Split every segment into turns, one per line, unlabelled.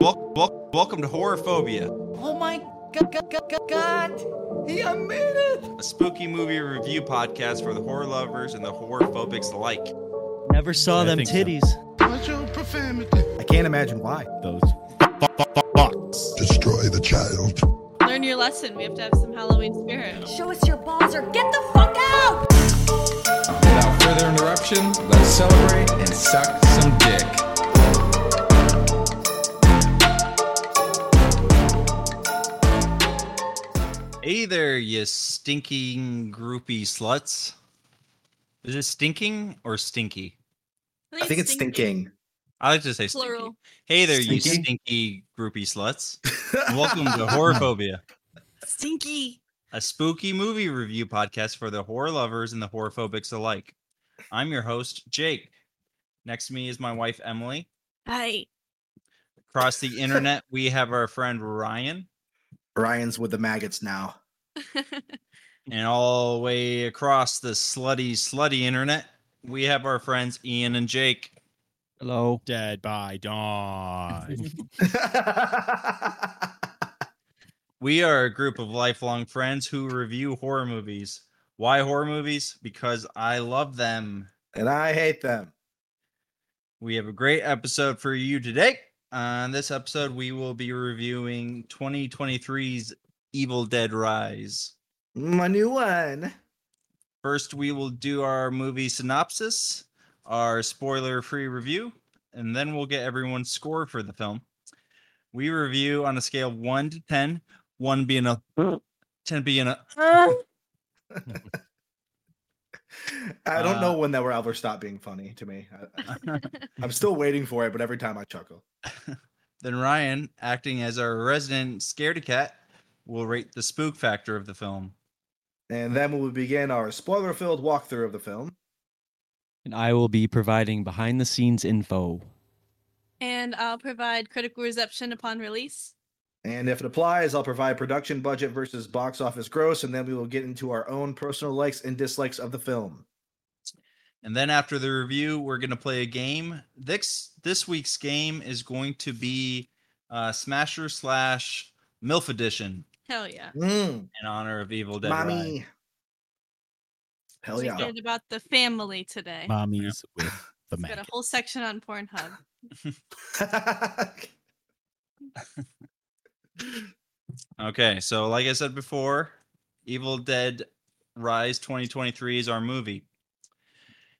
Wel- wel- welcome to Horrorphobia,
Oh my god, god, god, god. He I made it.
a spooky movie review podcast for the horror lovers and the horror phobics alike.
Never saw
I
them
think so.
titties.
What's your profanity?
I can't imagine why.
Those box.
destroy the child.
Learn your lesson. We have to have some Halloween spirit.
Show us your balls or get the fuck out!
Without further interruption, let's celebrate and suck some dick.
Hey there, you stinking groupie sluts. Is it stinking or stinky?
I think it's stinking.
I like to say stinky.
Plural.
Hey there, you
Stinky?
stinky groupie sluts. welcome to Horrorphobia,
Stinky.
a spooky movie review podcast for the horror lovers and the horror phobics alike. I'm your host, Jake. Next to me is my wife, Emily.
Hi.
Across the internet, we have our friend Ryan.
Ryan's with the maggots now.
And all the way across the slutty, slutty internet, we have our friends Ian and Jake.
Hello.
Dead by dawn.
We are a group of lifelong friends who review horror movies. Why horror movies? Because I love them.
and I hate them.
We have a great episode for you today. On this episode, we will be reviewing 2023's Evil Dead Rise.
My new one.
First, we will do our movie synopsis, our spoiler free review, and then we'll get everyone's score for the film. We review on a scale of 1 to 10, 1 being a 10 being a
I don't
Uh,
know when that will ever stop being funny to me. I, am still waiting for it, but every time I chuckle.
Then Ryan, acting as our resident scaredy cat, will rate the spook factor of the film.
And then we will begin our spoiler filled walkthrough of the film.
And I will be providing behind the scenes info.
And I'll provide critical reception upon release.
And if it applies, I'll provide production budget versus box office gross, and then we will get into our own personal likes and dislikes of the film.
And then after the review, we're going to play a game. This this week's game is going to be uh, Smasher slash MILF Edition
Hell yeah.
Mm,
in honor of Evil Dead. Rise.
mommy. Hell
We
yeah.
cared about the family today.
Mommies with
Got a
the maggots.
whole section on Pornhub.
Okay, so like I said before, Evil Dead Rise 2023 is our movie.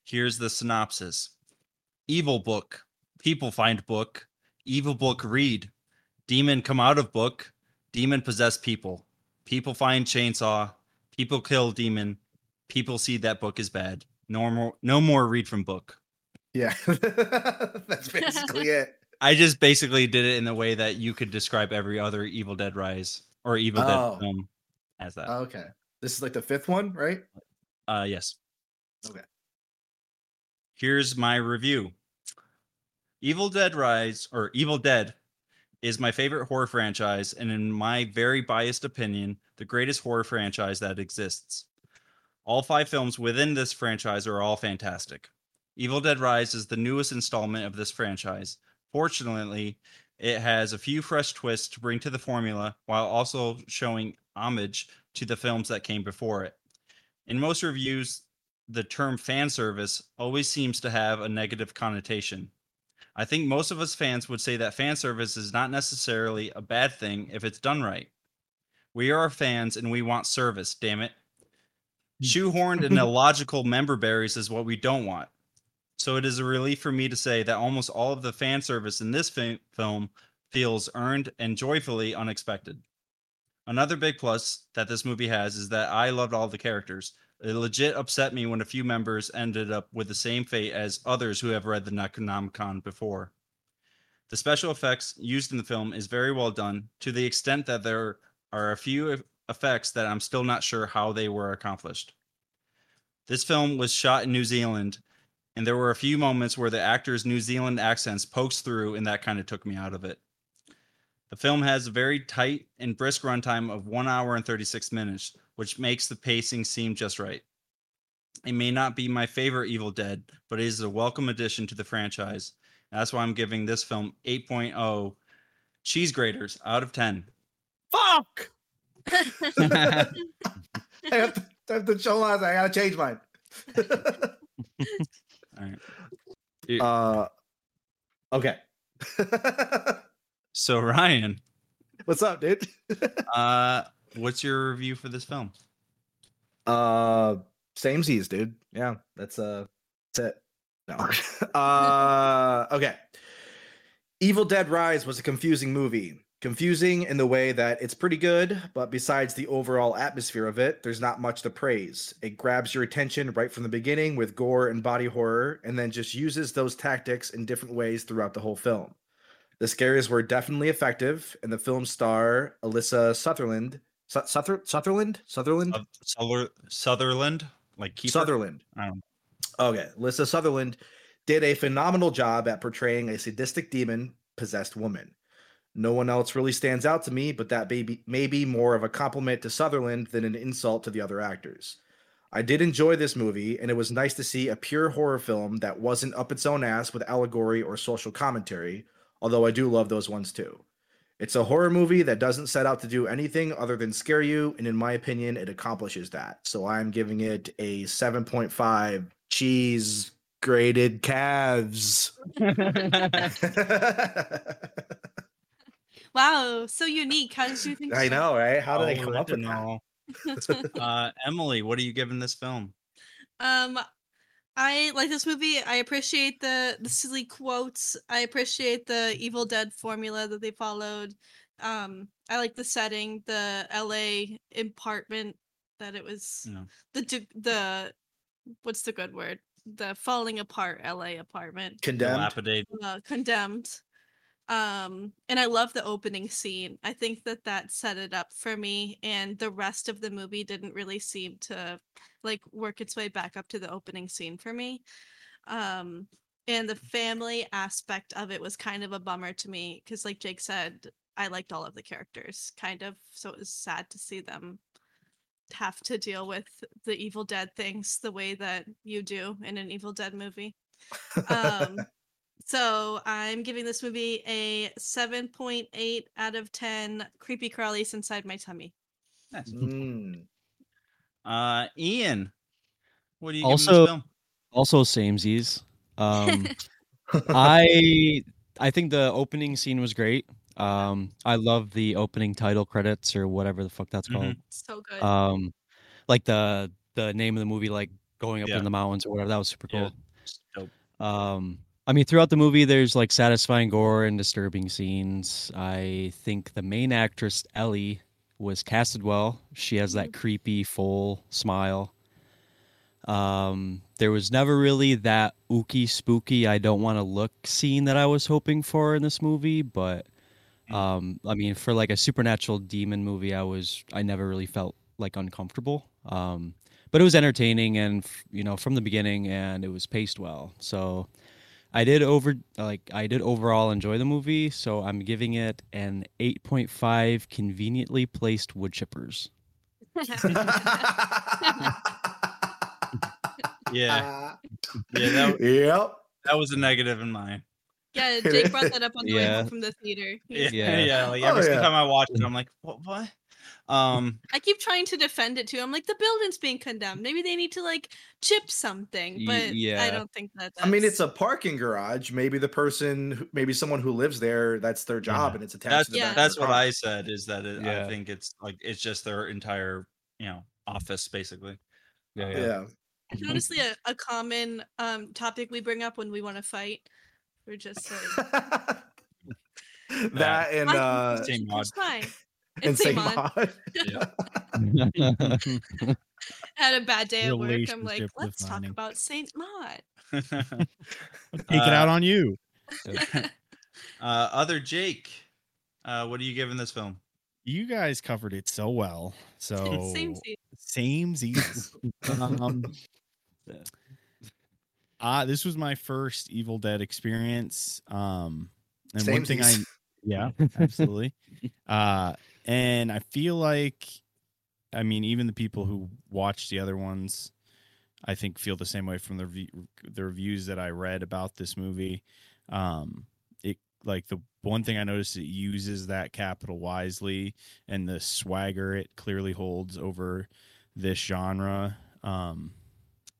Here's the synopsis Evil book, people find book, evil book read, demon come out of book, demon possess people, people find chainsaw, people kill demon, people see that book is bad. No more, no more read from book.
yeah. That's basically it.
I just basically did it in the way that you could describe every other Evil Dead Rise or Evil
Oh.
Dead film as that.
Okay. This is like the fifth one, right?
Uh, yes.
Okay.
Here's my review. Evil Dead Rise or Evil Dead is my favorite horror franchise and in my very biased opinion, the greatest horror franchise that exists. All 5 films within this franchise are all fantastic. Evil Dead Rise is the newest installment of this franchise. Fortunately, it has a few fresh twists to bring to the formula while also showing homage to the films that came before it. In most reviews, the term fan service always seems to have a negative connotation. I think most of us fans would say that fan service is not necessarily a bad thing if it's done right. We are fans and we want service, damn it. Shoehorned and illogical member berries is what we don't want. So it is a relief for me to say that almost all of the fan service in this fi- film feels earned and joyfully unexpected. Another big plus that this movie has is that I loved all the characters. It legit upset me when a few members ended up with the same fate as others who have read the Necronomicon before. The special effects used in the film is very well done to the extent that there are a few eff- effects that I'm still not sure how they were accomplished. This film was shot in New Zealand and there were a few moments where the actors' New Zealand accents pokes through and that kind of took me out of it. The film has a very tight and brisk runtime of 1 hour and 36 minutes, which makes the pacing seem just right. It may not be my favorite Evil Dead, but it is a welcome addition to the franchise, That's why I'm giving this film 8.0 cheese graters out of 10.
Fuck! I, have to, I have to show lies. I gotta change mine.
All right.
uh, okay.
So Ryan,
What's up, dude?
uh, what's your review for this film?
Uh, same Z's, dude. Yeah, that's uh, that's it. No. uh, okay. Evil Dead Rise was a confusing movie. Confusing in the way that it's pretty good, but besides the overall atmosphere of it, there's not much to praise. It grabs your attention right from the beginning with gore and body horror, and then just uses those tactics in different ways throughout the whole film. The scares were definitely effective, and the film star Alyssa Sutherland, Su- Suther- Sutherland, Sutherland,
Of Suther- Sutherland, like Keeper?
Sutherland.
I don't
Okay, Lissa Sutherland did a phenomenal job at portraying a sadistic demon possessed woman. No one else really stands out to me, but that may be, may be more of a compliment to Sutherland than an insult to the other actors. I did enjoy this movie, and it was nice to see a pure horror film that wasn't up its own ass with allegory or social commentary, although I do love those ones too. It's a horror movie that doesn't set out to do anything other than scare you, and in my opinion, it accomplishes that. So I'm giving it a 7.5 cheese grated calves.
I
I
Wow, so unique. How did you think? so?
know, right? How did
Oh,
I come up with that?
uh, Emily, what are you giving this film?
Um, I like this movie. I appreciate the the silly quotes. I appreciate the Evil Dead formula that they followed. Um, I like the setting, the L.A. apartment that it was
Yeah.
the d- the what's the good word? The falling apart L.A. apartment
Condemned.
Dilapidated.
uh, condemned. Um, and I love the opening scene. I think that that set it up for me, and the rest of the movie didn't really seem to like work its way back up to the opening scene for me. Um, and the family aspect of it was kind of a bummer to me because, like Jake said, I liked all of the characters kind of, so it was sad to see them have to deal with the Evil Dead things the way that you do in an Evil Dead movie. Um, so I'm giving this movie a 7.8 out of 10 creepy crawlies inside my tummy.
Nice.
Mm.
Uh, Ian, what are you giving
Also-
this film?
Also, samesies. Um, I I think the opening scene was great. Um, I love the opening title credits or whatever the fuck that's
Mhm.
Mm-hmm.
called.
so good.
Uh,
Um, like the the name of the movie, like going up
Yeah.
in the mountains or whatever. That was super
Yeah.
cool. Um, I mean, throughout the movie, there's like satisfying gore and disturbing scenes. I think the main actress Ellie was casted well. She has that creepy full smile. Um, there was never really that ooky spooky. I don't want to look scene that I was hoping for in this movie, but um, I mean, for like a supernatural demon movie, I was I never really felt like uncomfortable. Um, but it was entertaining and f- you know from the beginning and it was paced well so i did over like i did overall enjoy the movie so i'm giving it an 8.5 conveniently placed wood chippers
Yeah, yeah, that,
Yep.
that was a negative in mine.
yeah, Jake brought that up on the way home
Yeah.
from the theater. He
Yeah,
was-
yeah.
Yeah.
like
Oh,
every single
yeah.
time I watch it, I'm like, what? What? Um,
I keep trying to defend it too. I'm like, the building's being condemned. Maybe they need to like chip something,
Ye-
but I
yeah.
don't think that. That's...
I mean, it's a parking garage. Maybe the person, who- maybe someone who lives there, that's their job,
Yeah.
and it's attached
that's
to the
Yeah.
back
that's
of the
what
car.
I said. Is that it, I
Yeah.
think it's like it's just their entire you know office basically.
yeah,
Yeah.
It's honestly a, a common um topic we bring up when we want to fight. We're just like,
that and
"Why
uh,
don't you
Same
just- it's fine.
and
It's
say
Simon.
mod.
had a bad day at work. I'm like,
Relationship
let's talk
defining.
about Saint Maud.
Take it out on you.
uh, other Jake, uh, what are you giving this film?
You guys covered it so well. So
Same scene.
same um, uh, this was my first Evil Dead experience. Um, and one thing I
Samesies.
yeah, absolutely. uh, and I feel like, I mean, even the people who watch the other ones, I think feel the same way from the rev- the reviews that I read about this movie. um it like the one thing i noticed it uses that capital wisely and the swagger it clearly holds over this genre um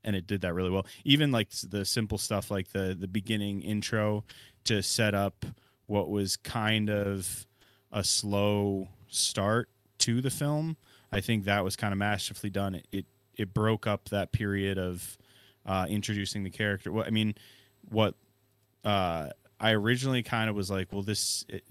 and it did that really well even like s- the simple stuff like the the beginning intro to set up what was kind of a slow start to the film i think that was kind of masterfully done it it, it broke up that period of uh introducing the character well, i mean what uh i originally kind of was like well this it,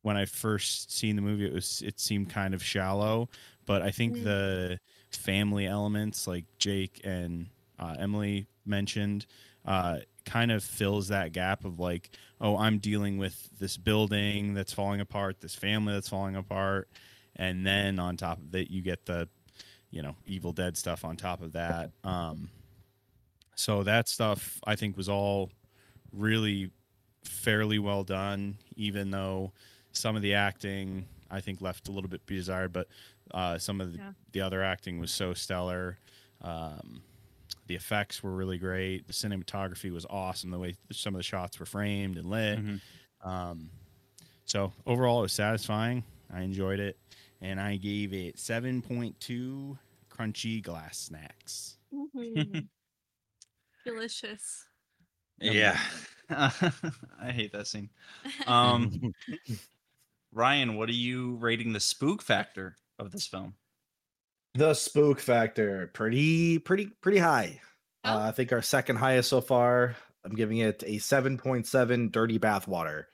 when i first seen the movie it was it seemed kind of shallow but i think
Mm.
the family elements like jake and uh, emily mentioned uh kind of fills that gap of like oh i'm dealing with this building that's falling apart this family that's falling apart and then on top of that you get the you know evil dead stuff on top of that um so that stuff i think was all really fairly well done even though some of the acting i think left a little bit be desired but uh some of the,
Yeah.
the other acting was so stellar um the effects were really great the cinematography was awesome the way some of the shots were framed and lit
Mhm.
um so overall it was satisfying i enjoyed it and i gave it 7.2 crunchy glass snacks
Mhm. Delicious.
Yeah. I hate that scene. Um, Ryan, what are you rating the spook factor of this film?
The spook factor, pretty, pretty, pretty high.
Oh.
Uh, I think our second highest so far. I'm giving it a 7.7 dirty bathwater.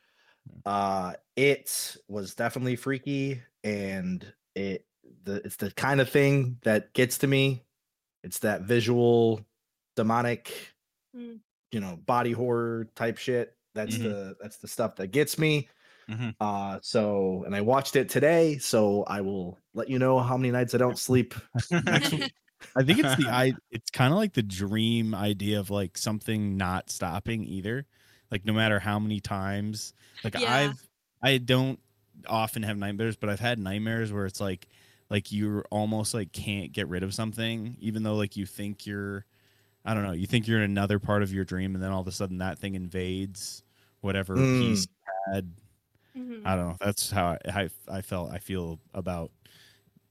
Uh, it was definitely freaky, and it the it's the kind of thing that gets to me. It's that visual, demonic,
Mm.
you know, body horror type shit. That's
Mhm.
the that's the stuff that gets me.
Mhm.
Uh, so and I watched it today, so I will let you know how many nights I don't sleep
I think it's the I. It's kind of like the dream idea of like something not stopping either. Like no matter how many times, like
Yeah.
I've I don't often have nightmares, but I've had nightmares where it's like like you're almost like can't get rid of something, even though like you think you're, I don't know, you think you're in another part of your dream, and then all of a sudden that thing invades whatever
Mm.
piece you had.
Mhm.
I don't know. That's how I, how I I felt. I feel about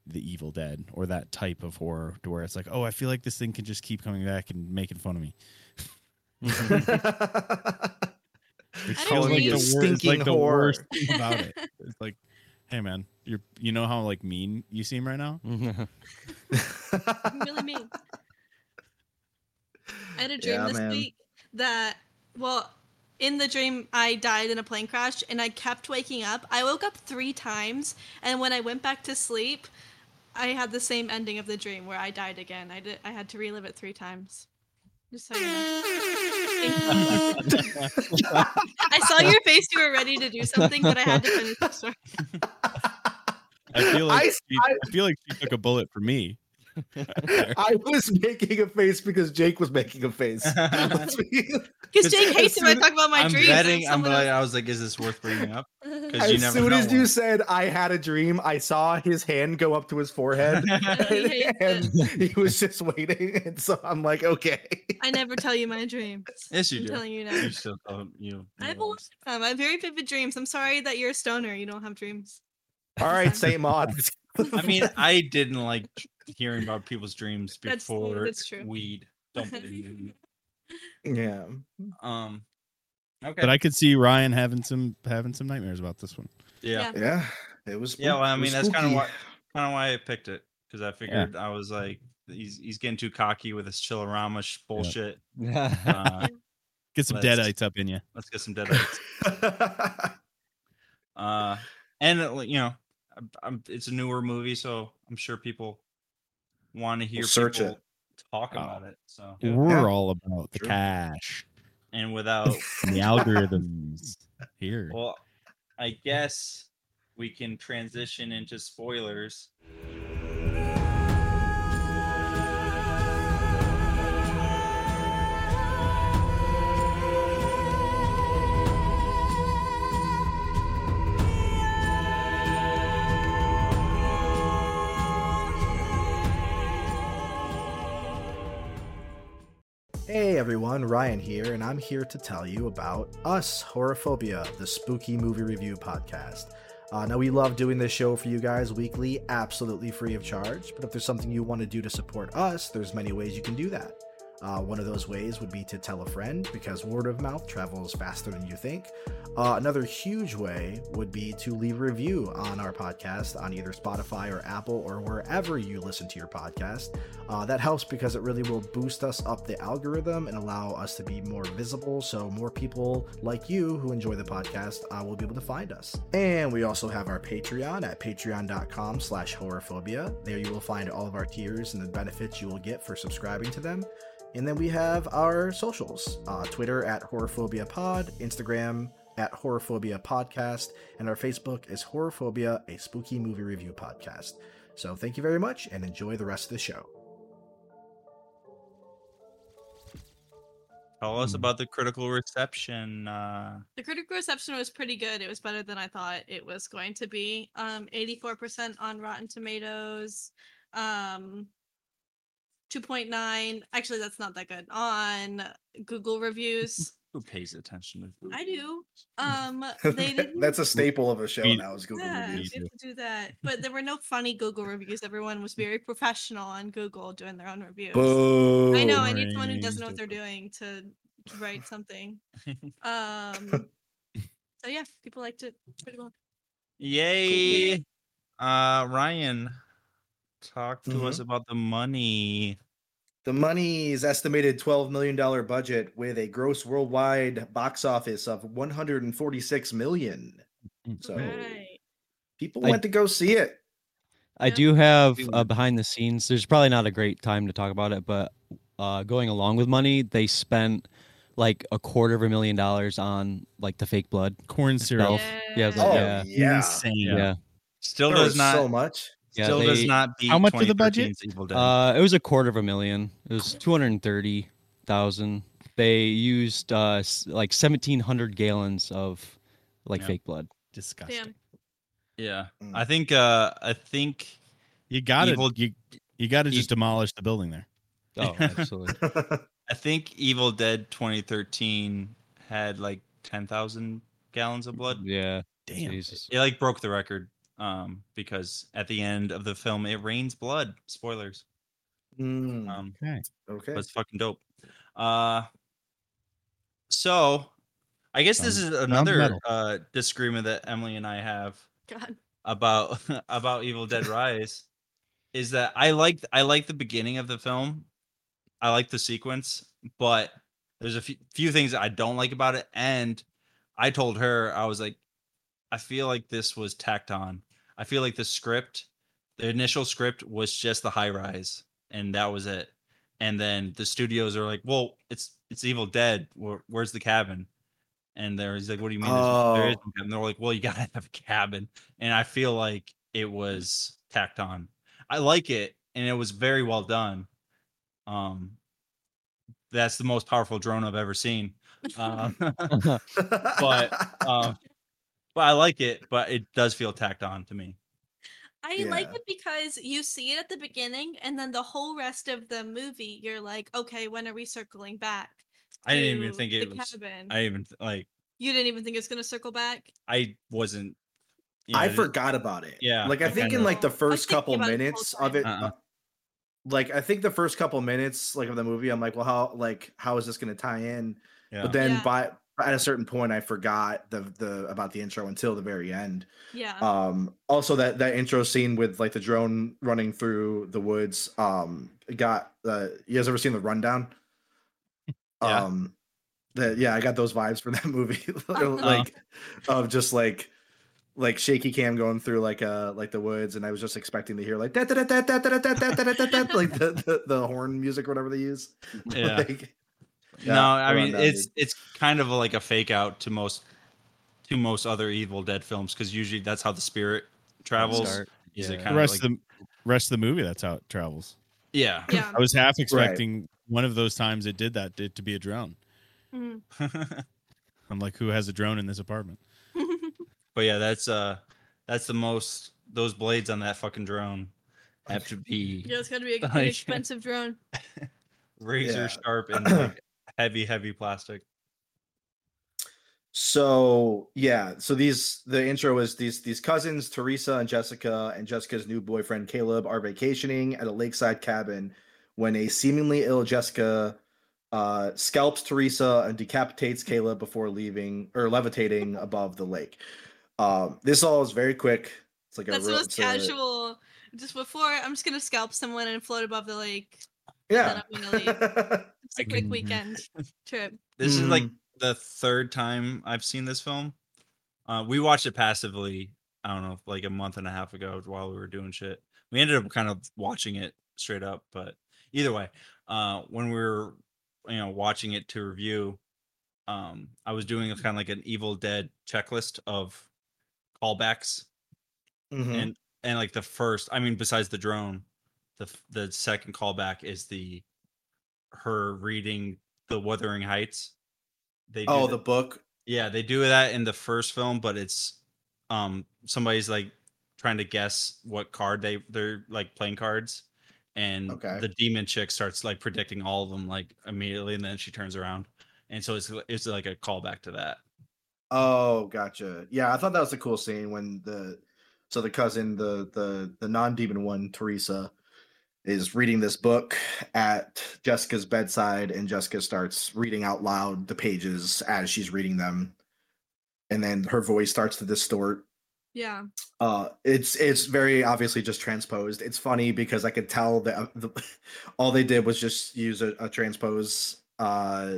the Evil Dead or that type of horror, to where it's like, oh, I feel like this thing can just keep coming back and making fun of me.
I
Feels
don't believe you.
like the worst, it's like the worst thing about it. It's like, hey man, you're you know how like mean you seem right now.
I'm really mean. I had a dream
Yeah,
this
man.
week that, well, in the dream, I died in a plane crash and I kept waking up. I woke up three times, and when I went back to sleep, I had the same ending of the dream where I died again. I, did, I had to relive it three times. Just so you know. I saw your face. You were ready to do something, but I had to finish the story.
I feel like
I
she, I, feel like she took a bullet for me.
I was making a face because Jake was making a face. Let's be-
Because Jake hates it when I talk about my
I'm
dreams.
betting.
and
I'm
someone
like,
else-
I was like, is this worth bringing up? Because you
as
never
soon
know.
as you said I had a dream, I saw his hand go up to his forehead.
Yeah, Oh, he hates
and
it.
he was just waiting. And so I'm like, okay.
I never tell you my dreams.
Yes, you
I'm
do.
telling you now.
you still don't- you.
I have a
you-
lot of them. I have very vivid dreams. I'm sorry that you're a stoner. You don't have dreams.
All right, same odd.
I mean, I didn't like hearing about people's dreams
That's-
before
that's true.
weed. Don't believe in
yeah.
it. Um. Okay.
But I could see Ryan having some having some nightmares about this one.
yeah.
Yeah.
Yeah. It was.
Yeah, well, I
it was
mean, that's kinda
spooky.
why- kind of why I picked it because I figured I was like, he's he's getting too cocky with his chillerama sh- bullshit. Uh,
Get some
Let's-
deadites up in you.
let's get some dead eyes. Uh, and uh, like, you know, i it's a newer movie, so I'm sure people want to hear
search
people
it.
talk
Oh.
about it. So
We're
Yeah.
all about the
Sure.
cash.
and without,
and the algorithms here.
well, I guess we can transition into spoilers.
Hey everyone, Ryan here, and I'm here to tell you about us, Horophobia, the spooky movie review podcast. Uh, now, we love doing this show for you guys weekly, absolutely free of charge. But if there's something you want to do to support us, there's many ways you can do that. Uh, one of those ways would be to tell a friend because word of mouth travels faster than you think. Uh, another huge way would be to leave a review on our podcast on either Spotify or Apple or wherever you listen to your podcast. Uh, that helps because it really will boost us up the algorithm and allow us to be more visible so more people like you who enjoy the podcast uh, will be able to find us. And we also have our Patreon at patreon.com slash horrorphobia. There you will find all of our tiers and the benefits you will get for subscribing to them. And then we have our socials uh, Twitter at Horrorphobia Pod, Instagram at Horrorphobia Podcast, and our Facebook is Horrorphobia, a spooky movie review podcast. So thank you very much and enjoy the rest of the show.
Tell
Mm-hmm.
us about the critical reception. Uh,
The critical reception was pretty good. It was better than I thought it was going to be. Um, 84% on Rotten Tomatoes. Um, 2.9. Actually, that's not that good. On Google reviews.
who pays attention to
I do. Um, they didn't.
That's a staple of a show
We-
now is Google
yeah,
reviews.
we have to do that. But there were no funny Google reviews. Everyone was very professional on Google doing their own reviews.
Boo.
I know I need someone who
Boring.
doesn't know what they're doing to write something. Um, so yeah, people liked it pretty well.
Yay! Uh, Ryan, talk to
Mm-hmm.
us about the money.
The money's estimated $12 million budget with a gross worldwide box office of 146 million. So
Right.
people
I-
went to go see it.
I
Yeah.
do have
We
uh,
would.
behind the scenes. There's probably not a great time to talk about it, but uh, going along with money, they spent like a quarter of a million dollars on like the fake blood.
Corn syrup.
Elf. Yeah, I was like,
Oh
yeah.
yeah.
Insane.
Yeah.
Still
There
does
was
not.
so much.
Yeah,
still does
they-
not beat.
How much of the budget?
2013's Evil Dead.
Uh, it was a quarter of a million. It was two hundred thirty thousand. They used uh, s- like seventeen hundred gallons of like
Yeah.
fake blood.
Disgusting.
yeah,
Mm.
I think. Uh, I think.
You gotta
Evil-
you, you gotta
e-
just demolish the building there.
Oh, absolutely.
I think Evil Dead 2013 had like 10,000 gallons of blood.
yeah.
Damn.
Jesus.
It like broke the record. Um, because at the end of the film, it rains blood. Spoilers.
Mm,
Um,
okay.
That's fucking dope. Uh, so I guess this is
Sounds-
another
metal.
uh disagreement that Emily and I have
God.
about about Evil Dead Rise is that I like I like the beginning of the film. I like the sequence, but there's a few, few things that I don't like about it and I told her I was like I feel like this was tacked on. I feel like the script the initial script was just the high rise and that was it. And then the studios are like, "Well, it's it's Evil Dead. Where, where's the cabin?" And they're he's like, "What do you mean? there's- There is
Oh.
no cabin." They're like, "Well, you gotta have a cabin." and I feel like it was tacked on. I like it, and it was very well done. Um, that's the most powerful drone I've ever seen. Um, but, um, but I like it, but it does feel tacked on to me.
I like
Yeah.
it because you see it at the beginning, and then the whole rest of the movie, you're like, okay, when are we circling back?
I didn't even
to
think
the
it was.
cabin.
I even like
You didn't even think it's gonna circle back.
I wasn't. you
I
know,
forgot about it.
Yeah,
Like I
I
think
kinda-
in like the
I was
first
thinking
couple
about it the whole
minutes of
time.
it
Uh-uh.
uh, like I think the first couple minutes like of the movie I'm like, well how like how is this going to tie in?
Yeah.
But then
Yeah.
by at a certain point I forgot the the about the intro until the very end.
Yeah.
Uh,
um also that that intro scene with like the drone running through the woods um got uh you guys ever seen the rundown
Yeah.
um that yeah i got those vibes from that movie like of just like like shaky cam going through like uh like the woods and i was just expecting to hear like da da da da da da da da da da da like the, the the horn music or whatever they use
Yeah.
Like, yeah,
no, I
the
mean
rundown,
it's
dude.
it's kind of like a fake out to most to most other Evil Dead films because usually that's how the spirit travels.
Start.
Is it
Yeah.
kind
The rest
like-
of the rest of the movie, that's how it travels.
Yeah.
yeah.
I was half expecting one of those times it did that to, to be a drone.
Mhm.
I'm like, who has a drone in this apartment?
But yeah, that's uh that's the most those blades on that fucking drone have to be
yeah, it's gonna be a, an
Like-
expensive drone.
razor
Yeah.
sharp and like, heavy, heavy plastic.
So yeah, so these the intro is these these cousins Teresa and Jessica and Jessica's new boyfriend Caleb are vacationing at a lakeside cabin when a seemingly ill Jessica uh, scalps Teresa and decapitates Caleb before leaving or levitating above the lake. Um, this all is very quick. It's like
That's
a
the
real,
most
it's a-
casual. Just before, I'm just gonna scalp someone and float above the lake.
Yeah.
Then I'm gonna leave. It's a quick
mm-hmm.
weekend trip.
This is like
Mm.
the third time I've seen this film. Uh, we watched it passively. I don't know, like a month and a half ago while we were doing shit. We ended up kind of watching it straight up, but either way, uh, when we were, you know, watching it to review, um, I was doing a kind of like an Evil Dead checklist of callbacks
Mhm.
and and like the first i mean besides the drone the f- the second callback is the her reading the wuthering heights they do
oh,
th-
the book.
yeah they do that in the first film but it's um somebody's like trying to guess what card they they're like playing cards and
Okay.
the demon chick starts like predicting all of them like immediately and then she turns around and so it's it's like a callback to that
Oh, gotcha. Yeah, I thought that was a cool scene when the so the cousin, the the the non-demon one, Teresa, is reading this book at Jessica's bedside, and Jessica starts reading out loud the pages as she's reading them, and then her voice starts to distort.
Yeah.
Uh, it's it's very obviously just transposed. It's funny because I could tell that the, all they did was just use a, a transpose uh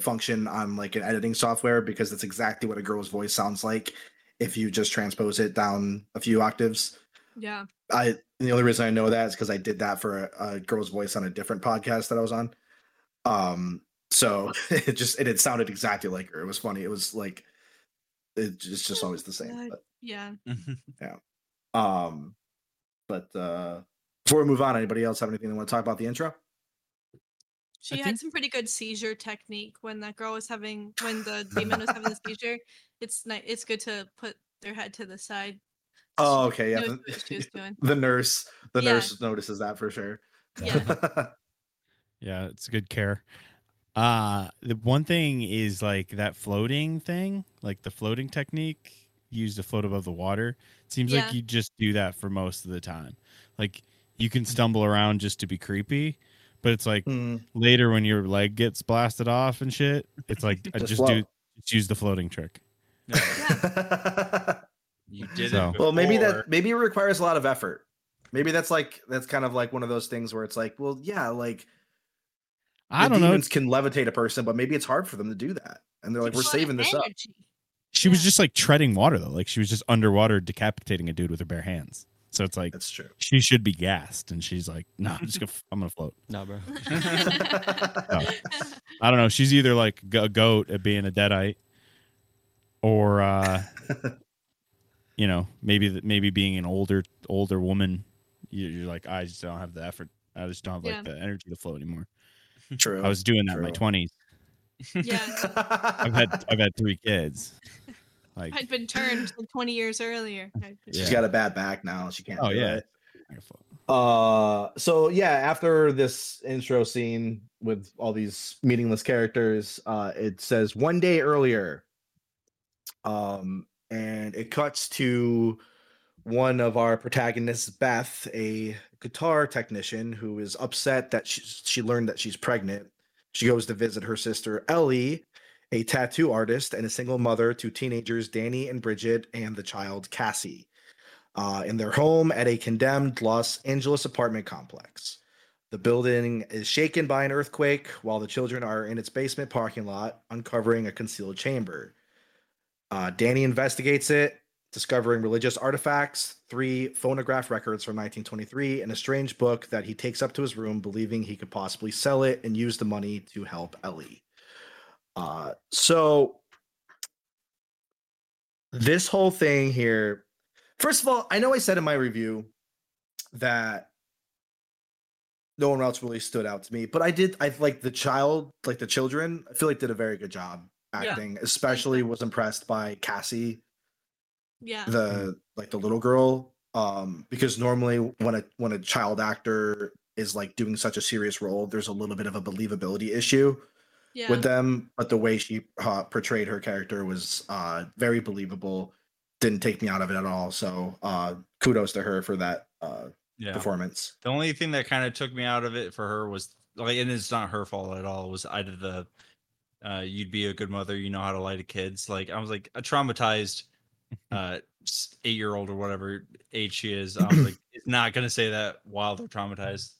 function on like an editing software because that's exactly what a girl's voice sounds like if you just transpose it down a few octaves.
Yeah.
I and the only reason I know that is because I did that for a, a girl's voice on a different podcast that I was on. Um, so it just and it sounded exactly like her. It was funny. It was like it j- it's just always the same.
God. Yeah.
But, um, but uh, before we move on, anybody else have anything they want to talk about the intro?
She had
think-
some pretty good seizure technique when that girl was having when the demon was having the seizure. It's nice. It's good to put their head to the side.
Oh, okay, yeah.
Knows what
The,
she was doing.
the nurse, the
Yeah.
nurse notices that for sure.
Yeah, it's good care. Uh the one thing is like that floating thing, like the floating technique used to float above the water. It seems
Yeah.
like you just do that for most of the time. Like you can stumble around just to be creepy, but it's like
Mm.
later when your leg gets blasted off and shit, it's like I
Just
just do
float.
just use the floating trick.
you did
So-
it
well maybe
before.
that maybe it requires a lot of effort maybe that's like that's kind of like one of those things where it's like well yeah like
I
the
don't know.
demons can levitate a person but maybe it's hard for them to do that and they're like
Takes
we're
a lot of
saving this up
energy.
She was
yeah.
just like treading water though. Like she was just underwater decapitating a dude with her bare hands. So it's like
that's true
she should be gassed and she's like, "No, I'm just gonna I'm gonna float."
Nah, bro.
I don't know. She's either like g- a goat at being a deadite, or uh, you know, maybe th- maybe being an older older woman. you- You're like, I just don't have the effort. I just don't have like
Yeah.
the energy to float anymore.
true
I was doing that in my
True.
twenties.
yeah.
I've had I've had three kids. Like,
If I'd been turned like 20 years earlier. I'd be-
she's
yeah.
got a bad back now she can't
oh
do
yeah.
it. uh so yeah after this intro scene with all these meaningless characters uh it says one day earlier um and it cuts to one of our protagonists beth a guitar technician who is upset that she, she learned that she's pregnant she goes to visit her sister ellie a tattoo artist and a single mother to teenagers danny and bridget and the child cassie uh, in their home at a condemned Los Angeles apartment complex. The building is shaken by an earthquake while the children are in its basement parking lot uncovering a concealed chamber. Uh, Danny investigates it, discovering religious artifacts, three phonograph records from 1923, and a strange book that he takes up to his room, believing he could possibly sell it and use the money to help Ellie. Uh, so, this whole thing here First of all, I know I said in my review that no one else really stood out to me, but I did. I like the child, like the children. I feel like did a very good job
Yeah.
acting. Especially was impressed by Cassie,
yeah.
Mm-hmm.
the like the little girl. Um, because normally when a when a child actor is like doing such a serious role, there's a little bit of a believability issue
Yeah.
with them. But the way she uh, portrayed her character was uh, very believable. Didn't take me out of it at all. So uh, kudos to her for that uh,
Yeah.
performance.
The only thing that kind of took me out of it for her was like, and it's not her fault at all. Was I did the, uh, you'd be a good mother, you know how to lie to kids. Like I was like a traumatized, uh, eight year old or whatever age she is. I was like, it's not gonna say that while they're traumatized.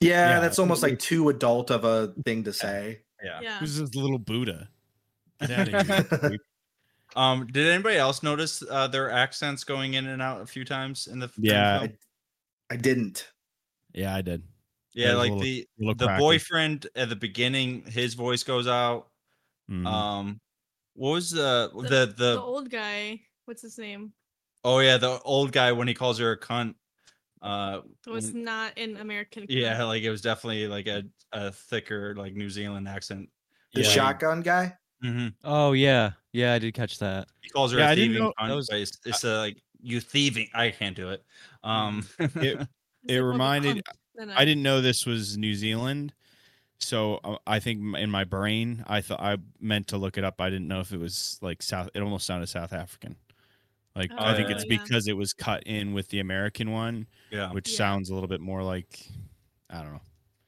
Yeah,
Yeah,
that's almost like too adult of a thing to say.
Yeah.
yeah.
Who's this little Buddha? Get outta here, dude.
Um, did anybody else notice uh, their accents going in and out a few times in the f- during the
Yeah.
film?
I didn't.
yeah, I did.
yeah,
was a
like
little-
the
Little
the
cracky.
boyfriend at the beginning, his voice goes out.
Mhm.
Um, what was the the
The-
the,
The old guy. What's his name?
oh yeah the old guy when he calls her a cunt? Uh,
That was
Mm.
not an American.
yeah, like it was definitely like a a thicker like New Zealand accent.
The
Yeah.
shotgun guy.
Mhm.
Oh yeah, yeah, I did catch that.
He calls her
Yeah,
a
I didn't
thieving
know-
cunt.
that was-
but it's, it's a, like you thieving. I can't do it. Um,
He's
It
like, "Well,
reminded-
cunt," then
I didn't know this was New Zealand. So uh, I think m- in my brain, I thought I meant to look it up. I didn't know if it was like South. It almost sounded South African. Like I think
Oh,
it's
yeah.
because it was cut in with the American one,
yeah,
which
Yeah.
sounds a little bit more like I don't know.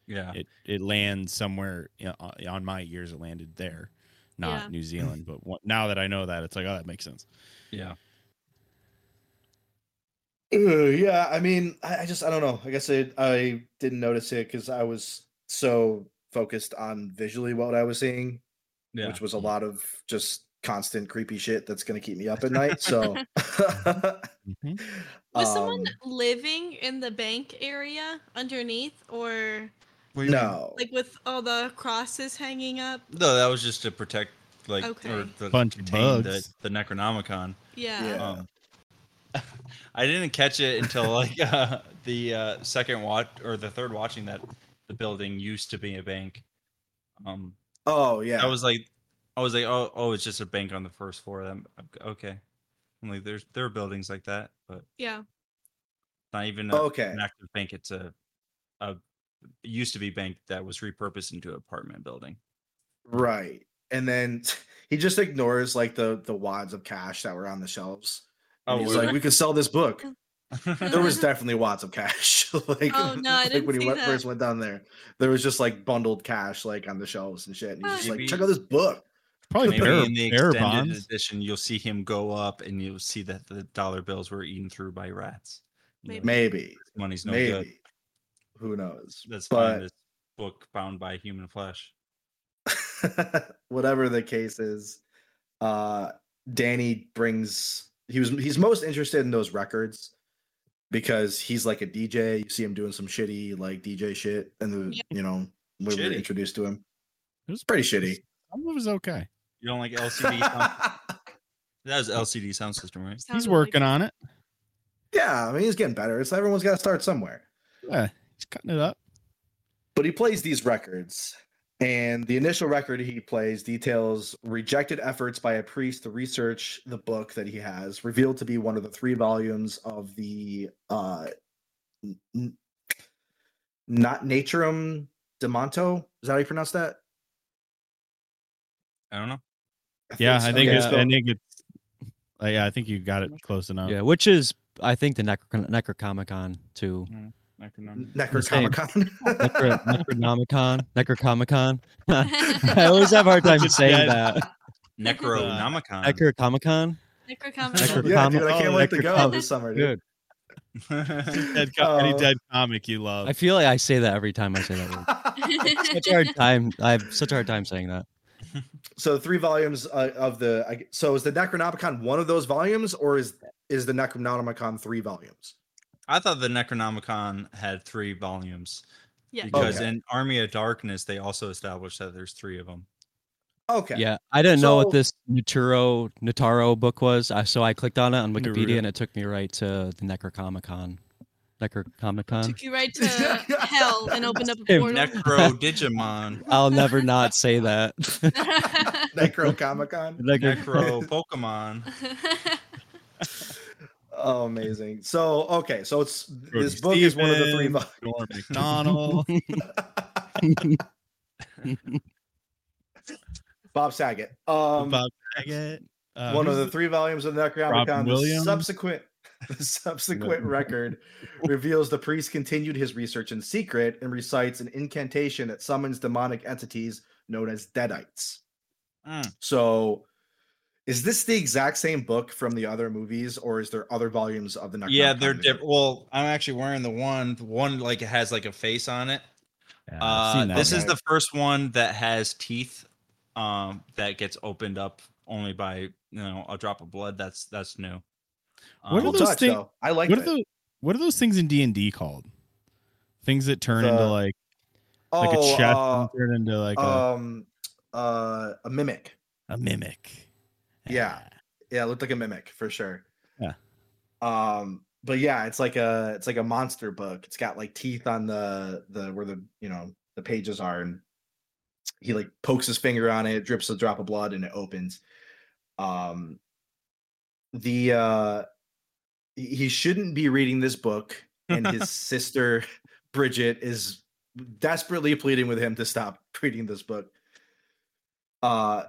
yeah.
It it lands somewhere you know, uh, on- on my ears. It landed there, not
Yeah.
New Zealand. But what, now that I know that, it's like oh, that makes sense.
Yeah.
Uh, yeah, I mean, I, I just I don't know. I guess I I didn't notice it because I was so focused on visually what I was seeing,
Yeah.
which was a lot of just constant creepy shit that's gonna keep me up at night. So
Was someone
um,
living in the bank area underneath, or
no,
like with all the crosses hanging up?
No, that was just to protect, like, or
Okay.
the,
Bunch of
contain the,
bugs.
the Necronomicon.
Yeah.
Yeah.
Um, I didn't catch it until like uh, the uh, second watch or the third watching that the building used to be a bank. Um,
oh yeah,
I was like, I was like, oh, oh, it's just a bank on the first floor. I'm, okay. I'm like, there's there are buildings like that, but
Yeah.
not even a,
okay.
an active bank. It's a a it used to be bank that was repurposed into an apartment building.
Right. And then he just ignores like the the wads of cash that were on the shelves. And he's
Oh, we're-
like, Oh, we could sell this book. There was definitely wads of cash. like,
Oh, no, I
like
didn't
when he
see
went,
that.
first went down there, there was just like bundled cash like on the shelves and shit. And he's just like, check
Maybe-
out this book.
Probably
Maybe
bear,
in the
bear
extended
bonds.
edition, you'll see him go up, and you'll see that the dollar bills were eaten through by rats. You know,
Maybe.
Maybe.
money's no
maybe.
good.
Who knows?
That's fine.
but
This book bound by human flesh.
whatever the case is, uh Danny brings he was he's most interested in those records because he's like a DJ. You see him doing some shitty like DJ shit, and the
Yeah.
you know when we were
Shitty.
introduced to him,
It was
pretty shitty.
Some of it was okay.
You don't like LCD? sound? that was LCD sound system, right?
He's
Sounded like-
working on it.
yeah, I mean he's getting better. It's everyone's got to start somewhere.
Yeah, he's cutting it up.
But he plays these records, and the initial record he plays details rejected efforts by a priest to research the book that he has, revealed to be one of the three volumes of the uh, n- n- not Naturum Demonto. Is that how you pronounce that?
I don't know.
Yeah, I
so.
think
Okay,
it's,
so-
I think it's. uh, yeah, I think you got it close
Oh.
enough.
Yeah, which is I think the Necro- Necrocomicon too.
I can remember.
Necrocomicon.
Necro- Necronomicon, Necrocomicon. I always have a hard time saying that.
uh,
Necronomicon.
Necrocomicon.
Necrocomicon.
yeah, dude, I
Necrocomicon,
can't wait to go
Necrocomicon.
this summer, dude.
Good.
Dead co- any
Oh.
dead comic you love.
I feel like I say that every time I say that word.
Oh.
Such a hard time. I have such a hard time saying that.
so three volumes uh, of the I g- so is the necronomicon one of those volumes or is is the necronomicon three volumes
I thought the Necronomicon had three volumes
Yeah.
because
Okay.
in Army of Darkness they also established that there's three of them.
okay
Yeah, I didn't know
So-
what this Nuturo Nutaro book was, I, so I clicked on it on Wikipedia
Naruto.
and it took me right to the Necrocomicon. Necrocomicon.
Took you right to hell and opened up a
Him.
portal.
Necro Digimon,
I'll never not say that.
necrocomicon
Necro-
Necro Pokemon.
Oh, amazing. So okay, so it's
Brody
this book is one of the three.
Stevens,
vo-
Norm Macdonald.
Bob Saget. Um,
Bob Saget. Uh,
one of
who's
the three volumes of
Robin
Necronomicon. The
Williams?
subsequent, the subsequent record reveals the priest continued his research in secret and recites an incantation that summons demonic entities known as deadites.
Mm.
So, is this the exact same book from the other movies, or is there other volumes of the Necronomicon?
yeah, they're
different.
different. Well, I'm actually wearing the one. The one like it has like a face on it.
Yeah, I've
Uh,
seen that
this
one.
is the first one that has teeth um, that gets opened up only by you know a drop of blood. That's that's new.
What
Um,
are
Cool
those
touch,
thing-
though. I like
what are
that.
those? What are those things in D and D called? Things that turn into
The-
like
oh,
like a chest
uh,
and turn into like a,
um, uh, a mimic.
a mimic.
yeah. Yeah, it looked like a mimic for sure.
Yeah.
Um, but yeah, it's like a it's like a monster book. It's got like teeth on the the where the you know the pages are, and he like pokes his finger on it, drips a drop of blood, and it opens. Um, the uh, he he shouldn't be reading this book, and his sister Bridget is desperately pleading with him to stop reading this book. Uh,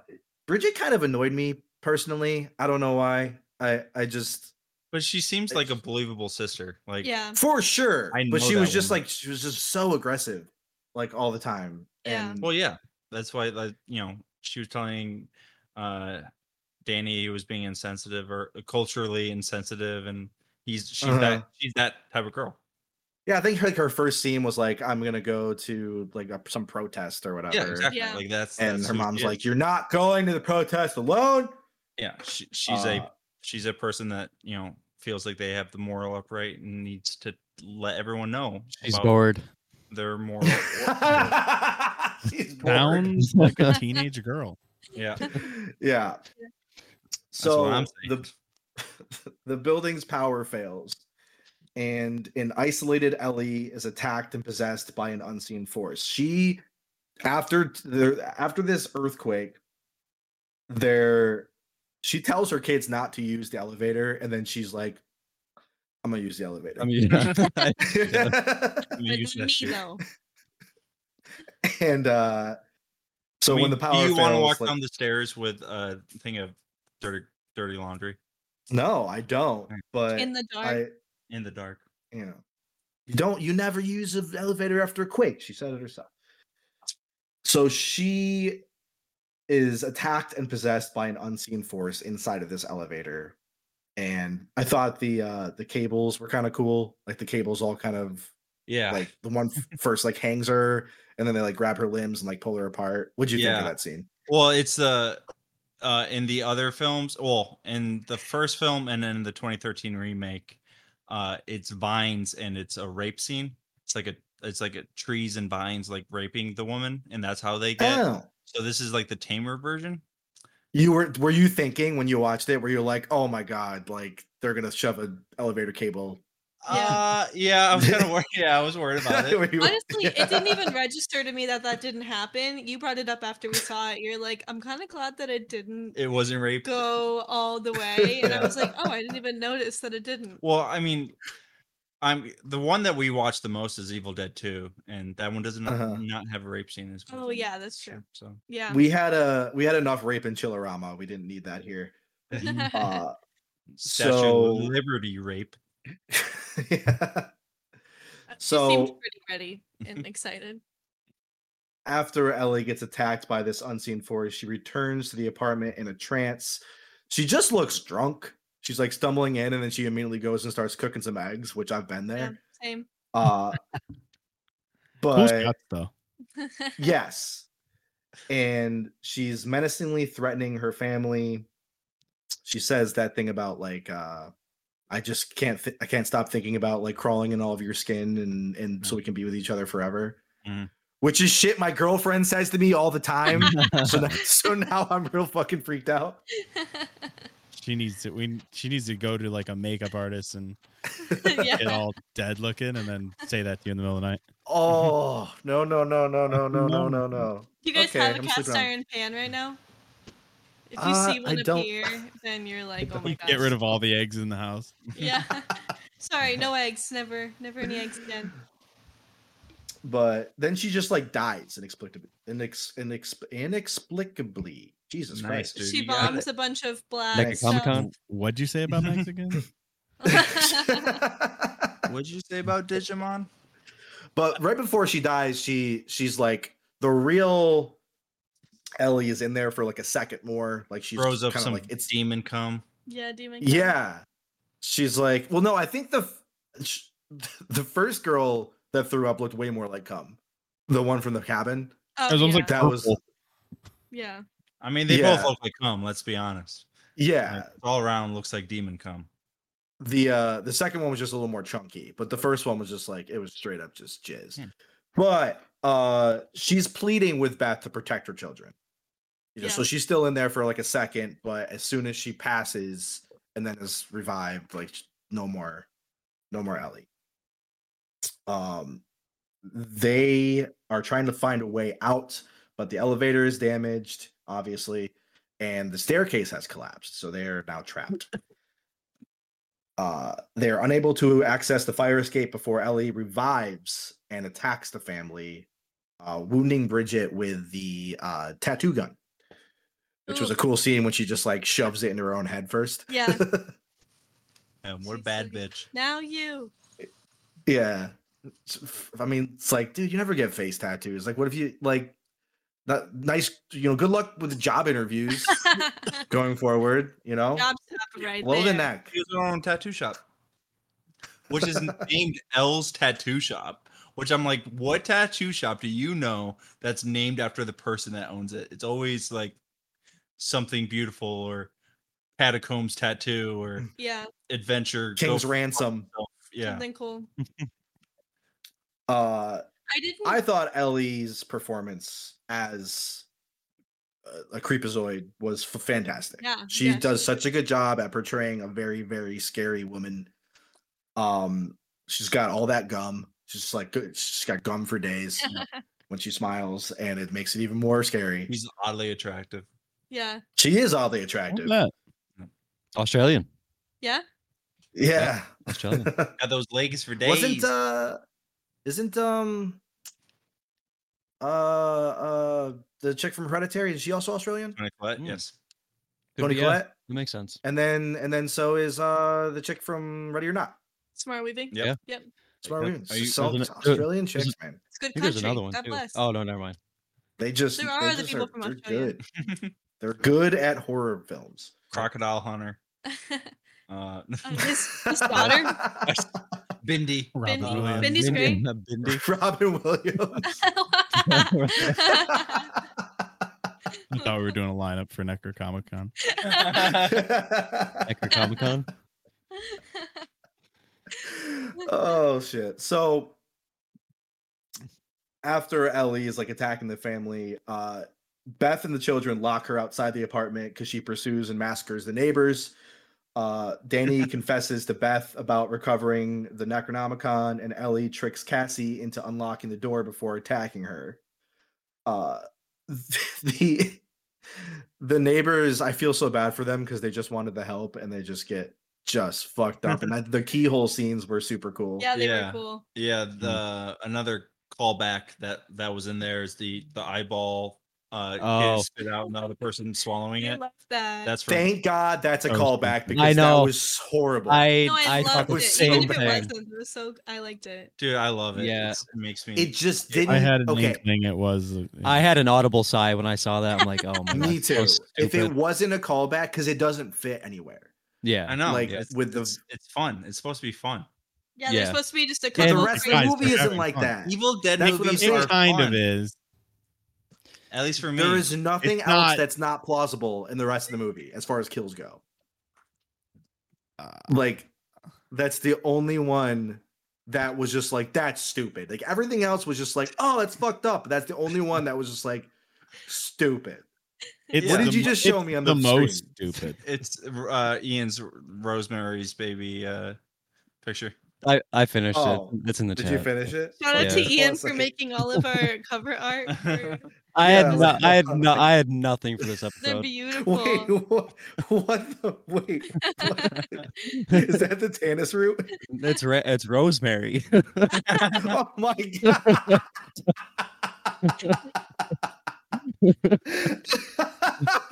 Bridget kind of annoyed me personally. I don't know why. I I just
but she seems like a believable sister. Like
yeah.
for sure.
I
but
know
she
that
was just
woman.
like she was just so aggressive, like all the time.
Yeah.
And
Well, yeah, that's why like you know she was telling uh Danny he was being insensitive or uh, culturally insensitive, and he's she's that
Uh-huh.
she's that type of girl.
yeah, I think like her first scene was like, "I'm gonna go to like a, some protest or whatever."
Yeah, exactly.
Yeah.
Like that's
And
that's
her
who she
mom's
is.
like, "You're not going to the protest alone."
yeah, she, she's a
Uh,
she's a person that you know feels like they have the moral upright and needs to let everyone know
She's
about
bored.
their moral.
She's bored.
Sounds like a teenage girl.
yeah,
Yeah.
that's
So
what I'm saying.
the the building's power fails, and an isolated Ellie is attacked and possessed by an unseen force. She, after t- the after this earthquake, there, she tells her kids not to use the elevator, and then she's like, "I'm gonna use the elevator."
I mean,
I'm gonna
But
use that shit.
Nemo.
and uh, so
I
when
mean,
the power
do you
fails,
want to walk
like-
down the stairs with a thing of dirty dirty laundry
no, I don't. But
in the dark.
I,
in the dark?
you know, you don't, you never use an elevator after a quake. She said it herself. So she is attacked and possessed by an unseen force inside of this elevator. And I thought the uh the cables were kind of cool. Like the cables all kind of
Yeah,
like the one f- first like hangs her and then they like grab her limbs and like pull her apart. What'd you think
Yeah.
of that scene?
Well, it's uh, uh in the other films, well, in the first film and then in the 2013 remake, uh it's vines and it's a rape scene. It's like a it's like a trees and vines like raping the woman and that's how they get.
Oh.
So this is like the tamer version.
You were were you thinking when you watched it, were you like, oh my god, like they're gonna shove an elevator cable?
Yeah.
Uh yeah, I was kind of worried. Yeah, I was worried about it.
Were you-
Honestly, it didn't even register to me that that didn't happen. You brought it up after we saw it. You're like, I'm kind of glad that it didn't
It wasn't rape.
go all the way. And I was like, oh, I didn't even notice that it didn't.
Well, I mean, I'm the one that we watch the most is Evil Dead 2, and that one does not
Uh-huh.
not have a rape scene as well.
Oh, yeah, that's true.
So
Yeah.
we had a we had enough rape in Chillerama. We didn't need that here. Uh,
Statue
So-
of Liberty rape.
yeah.
she seemed
So
pretty ready and excited.
after Ellie gets attacked by this unseen force, she returns to the apartment in a trance. She just looks drunk. She's like stumbling in, and then she immediately goes and starts cooking some eggs, which I've been
Yeah,
there.
same.
Uh,
Cool
but
shots though.
Yes. And she's menacingly threatening her family. She says that thing about like uh I just can't th- I can't stop thinking about like crawling in all of your skin and and
Mm.
so we can be with each other forever.
Mhm.
Which is shit my girlfriend says to me all the time. so now, so now I'm real fucking freaked out.
She needs to. We she needs to go to like a makeup artist and get
yeah.
all dead looking, and then say that to you in the middle of the night.
Oh, no no no no no no no no no.
You guys
Okay,
have a
I'm sleeping
cast
on it.
iron pan right now? If you
Uh,
see
I
one
don't-
appear, then you're like, oh my
You
gosh.
get rid of all the eggs in the house.
Yeah. Sorry, no eggs. Never, never any eggs again.
But then she just like dies inexplicably, inex, inex, inexplicably. Jesus
Nice,
Christ!
dude.
she
you got
bombs a bunch of black.
Like a Comic Con?
What'd you say about Mexicans?
stuff.
What'd you say about Digimon?
but right before she dies, she she's like the real Ellie is in there for like a second more. Like she's
Throws up
kinda
some
like it's
demon cum.
yeah, demon. Con.
yeah. She's like, well, no, I think the f- sh- the first girl that threw up looked way more like cum. The one from the cabin.
Oh,
I was
yeah.
almost like
That was
Purple.
yeah.
I mean, they
Yeah.
both look like cum. Let's be honest.
yeah.
Like, all around looks like demon cum.
The uh the second one was just a little more chunky, but the first one was just like it was straight up just jizz.
Yeah.
But uh she's pleading with Beth to protect her children. You know,
Yeah.
so she's still in there for like a second, but as soon as she passes and then is revived, like sh- no more, no more Ellie. Um they are trying to find a way out, but the elevator is damaged, obviously, and the staircase has collapsed, so they are now trapped. Uh, they are unable to access the fire escape before Ellie revives and attacks the family, uh, wounding Bridget with the uh, tattoo gun, which was
Ooh.
a cool scene when she just like shoves it in her own head first.
Yeah.
And what a
She's
bad
like-
bitch.
Now you.
Yeah. It's- f- I mean, it's like, dude, you never get face tattoos. Like, what if you like that nice, you know, good luck with the job interviews
Job
going forward, you know?
stop right
Low the
there.
neck.
She has her own tattoo shop, which is named L's Tattoo Shop. Which I'm like, what tattoo shop do you know that's named after the person that owns it? It's always like something beautiful or catacombs tattoo or
Yeah.
adventure. go
Hmm. King's
fuck
ransom.
yourself. Yeah.
Something cool.
Uh
I didn't.
I thought Ellie's performance as uh, a- a creepazoid was f- fantastic.
Yeah,
she
yeah, she
does
did.
such a good job at portraying a very, very scary woman. Um, she's got all that gum. She's just like good- she's got gum for days when she smiles, and it makes it even more scary.
He's oddly attractive.
yeah.
She is oddly attractive.
Look,
Australian.
Yeah.
Yeah,
Australian.
Got those legs for days.
wasn't uh, isn't um, uh, uh, the chick from Hereditary? Is she also Australian?
Tony Collette,
Mm.
Yes.
Could
Tony
be, yeah,
Collette.
That makes sense.
and then and then so is uh the chick from Ready or Not.
Smart weaving.
Yep.
Yeah.
Yep.
Smart
Yep.
Women.
Are you-
So,
isn't it-
Australian chicks,
isn't-
man.
It's good
I think there's
country.
another one
God
too.
bless.
Oh no, never mind.
They just
There
they
are the
just
people
are-
from
they're
Australia.
good. They're good at horror films.
Crocodile Hunter. Uh,
Oh.
Uh, his, his daughter.
Bindi.
Robin
Robin
Williams.
Williams.
Bindi's great.
Not Bindi.
Robin Williams.
I thought we were doing a lineup for Necker Comic Con.
Echo Comic Con.
oh shit. So after Ellie is like attacking the family, uh Beth and the children lock her outside the apartment because she pursues and massacres the neighbors. Uh, Danny confesses to Beth about recovering the Necronomicon, and Ellie tricks Cassie into unlocking the door before attacking her. Uh, the the neighbors, I feel so bad for them because they just wanted the help and they just get just fucked up. and I, the keyhole scenes were super cool.
yeah, they
Yeah.
were cool.
Yeah,
Hmm.
the another callback that that was in there is the the eyeball uh getting
Oh.
spit out and the other person swallowing
I
it.
love that.
That's from
Thank God that's a
That was
callback
cool.
because
I know.
that was horrible.
I
no, I,
I thought
loved
the
it.
same
Even if it
thing.
wasn't, it was so I liked it.
dude, I love it.
Yeah.
It's- it makes me
it just
Yeah,
didn't.
I had an
okay,
inkling it was. uh, yeah.
I had an audible sigh when I saw that. I'm like, oh my god.
me
so
too. if it
stupid.
wasn't a callback, because it doesn't fit anywhere.
yeah,
I know
like,
it's,
with the-
it's, it's fun. It's supposed to be fun.
Yeah,
Yeah.
they're supposed to be just a
Yeah,
But
couple.
the
of
rest of
great-
the
guys,
movie
they're
isn't
having
like
fun.
that.
Evil Dead
That's what
movies
I'm saying.
are
it kind
fun,
of is.
At least for me.
There is nothing
It's
else
not-
that's not plausible in the rest of the movie as far as kills go.
Uh,
Like, that's the only one that was just like, that's stupid. Like, everything else was just like, oh, that's fucked up. That's the only one that was just like, stupid.
it's
What
did
the
you
mo-
just show
it's
me on
the,
the
most
screen?
stupid?
it's uh Ian's Rosemary's baby uh picture.
I, I finished
Oh,
it. It's in the
Did
chat.
you finish it?
Shout out
Yeah.
to
Hold on a
Ian for
second.
making all of our cover art. for-
I
Yeah,
had no,
like, oh,
I had
that's
no,
like-
I had nothing for this
They're
episode.
beautiful.
Wait, what, what the wait? what? Is that the Tannis root?
It's ra- it's rosemary.
oh my god.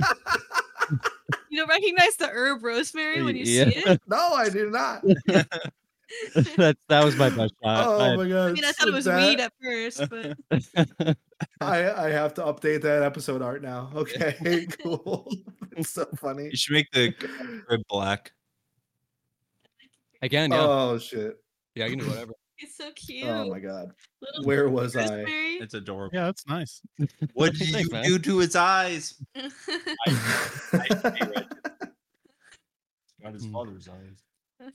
You don't recognize the herb rosemary when you
Yeah.
see it.
no, I do not.
that that was my best shot.
oh
I-
my god.
I mean, I thought it was weed at first, but
I, I have to update that episode art now. Okay, cool. it's so funny.
You should make the crib black.
again, yeah,
Oh shit.
yeah, I can do whatever.
it's so cute.
Oh my god.
Little
Where was I?
rosemary.
It's adorable.
Yeah, that's nice.
What did
Thanks,
you
man.
do to his eyes? Got his
Mm.
father's eyes.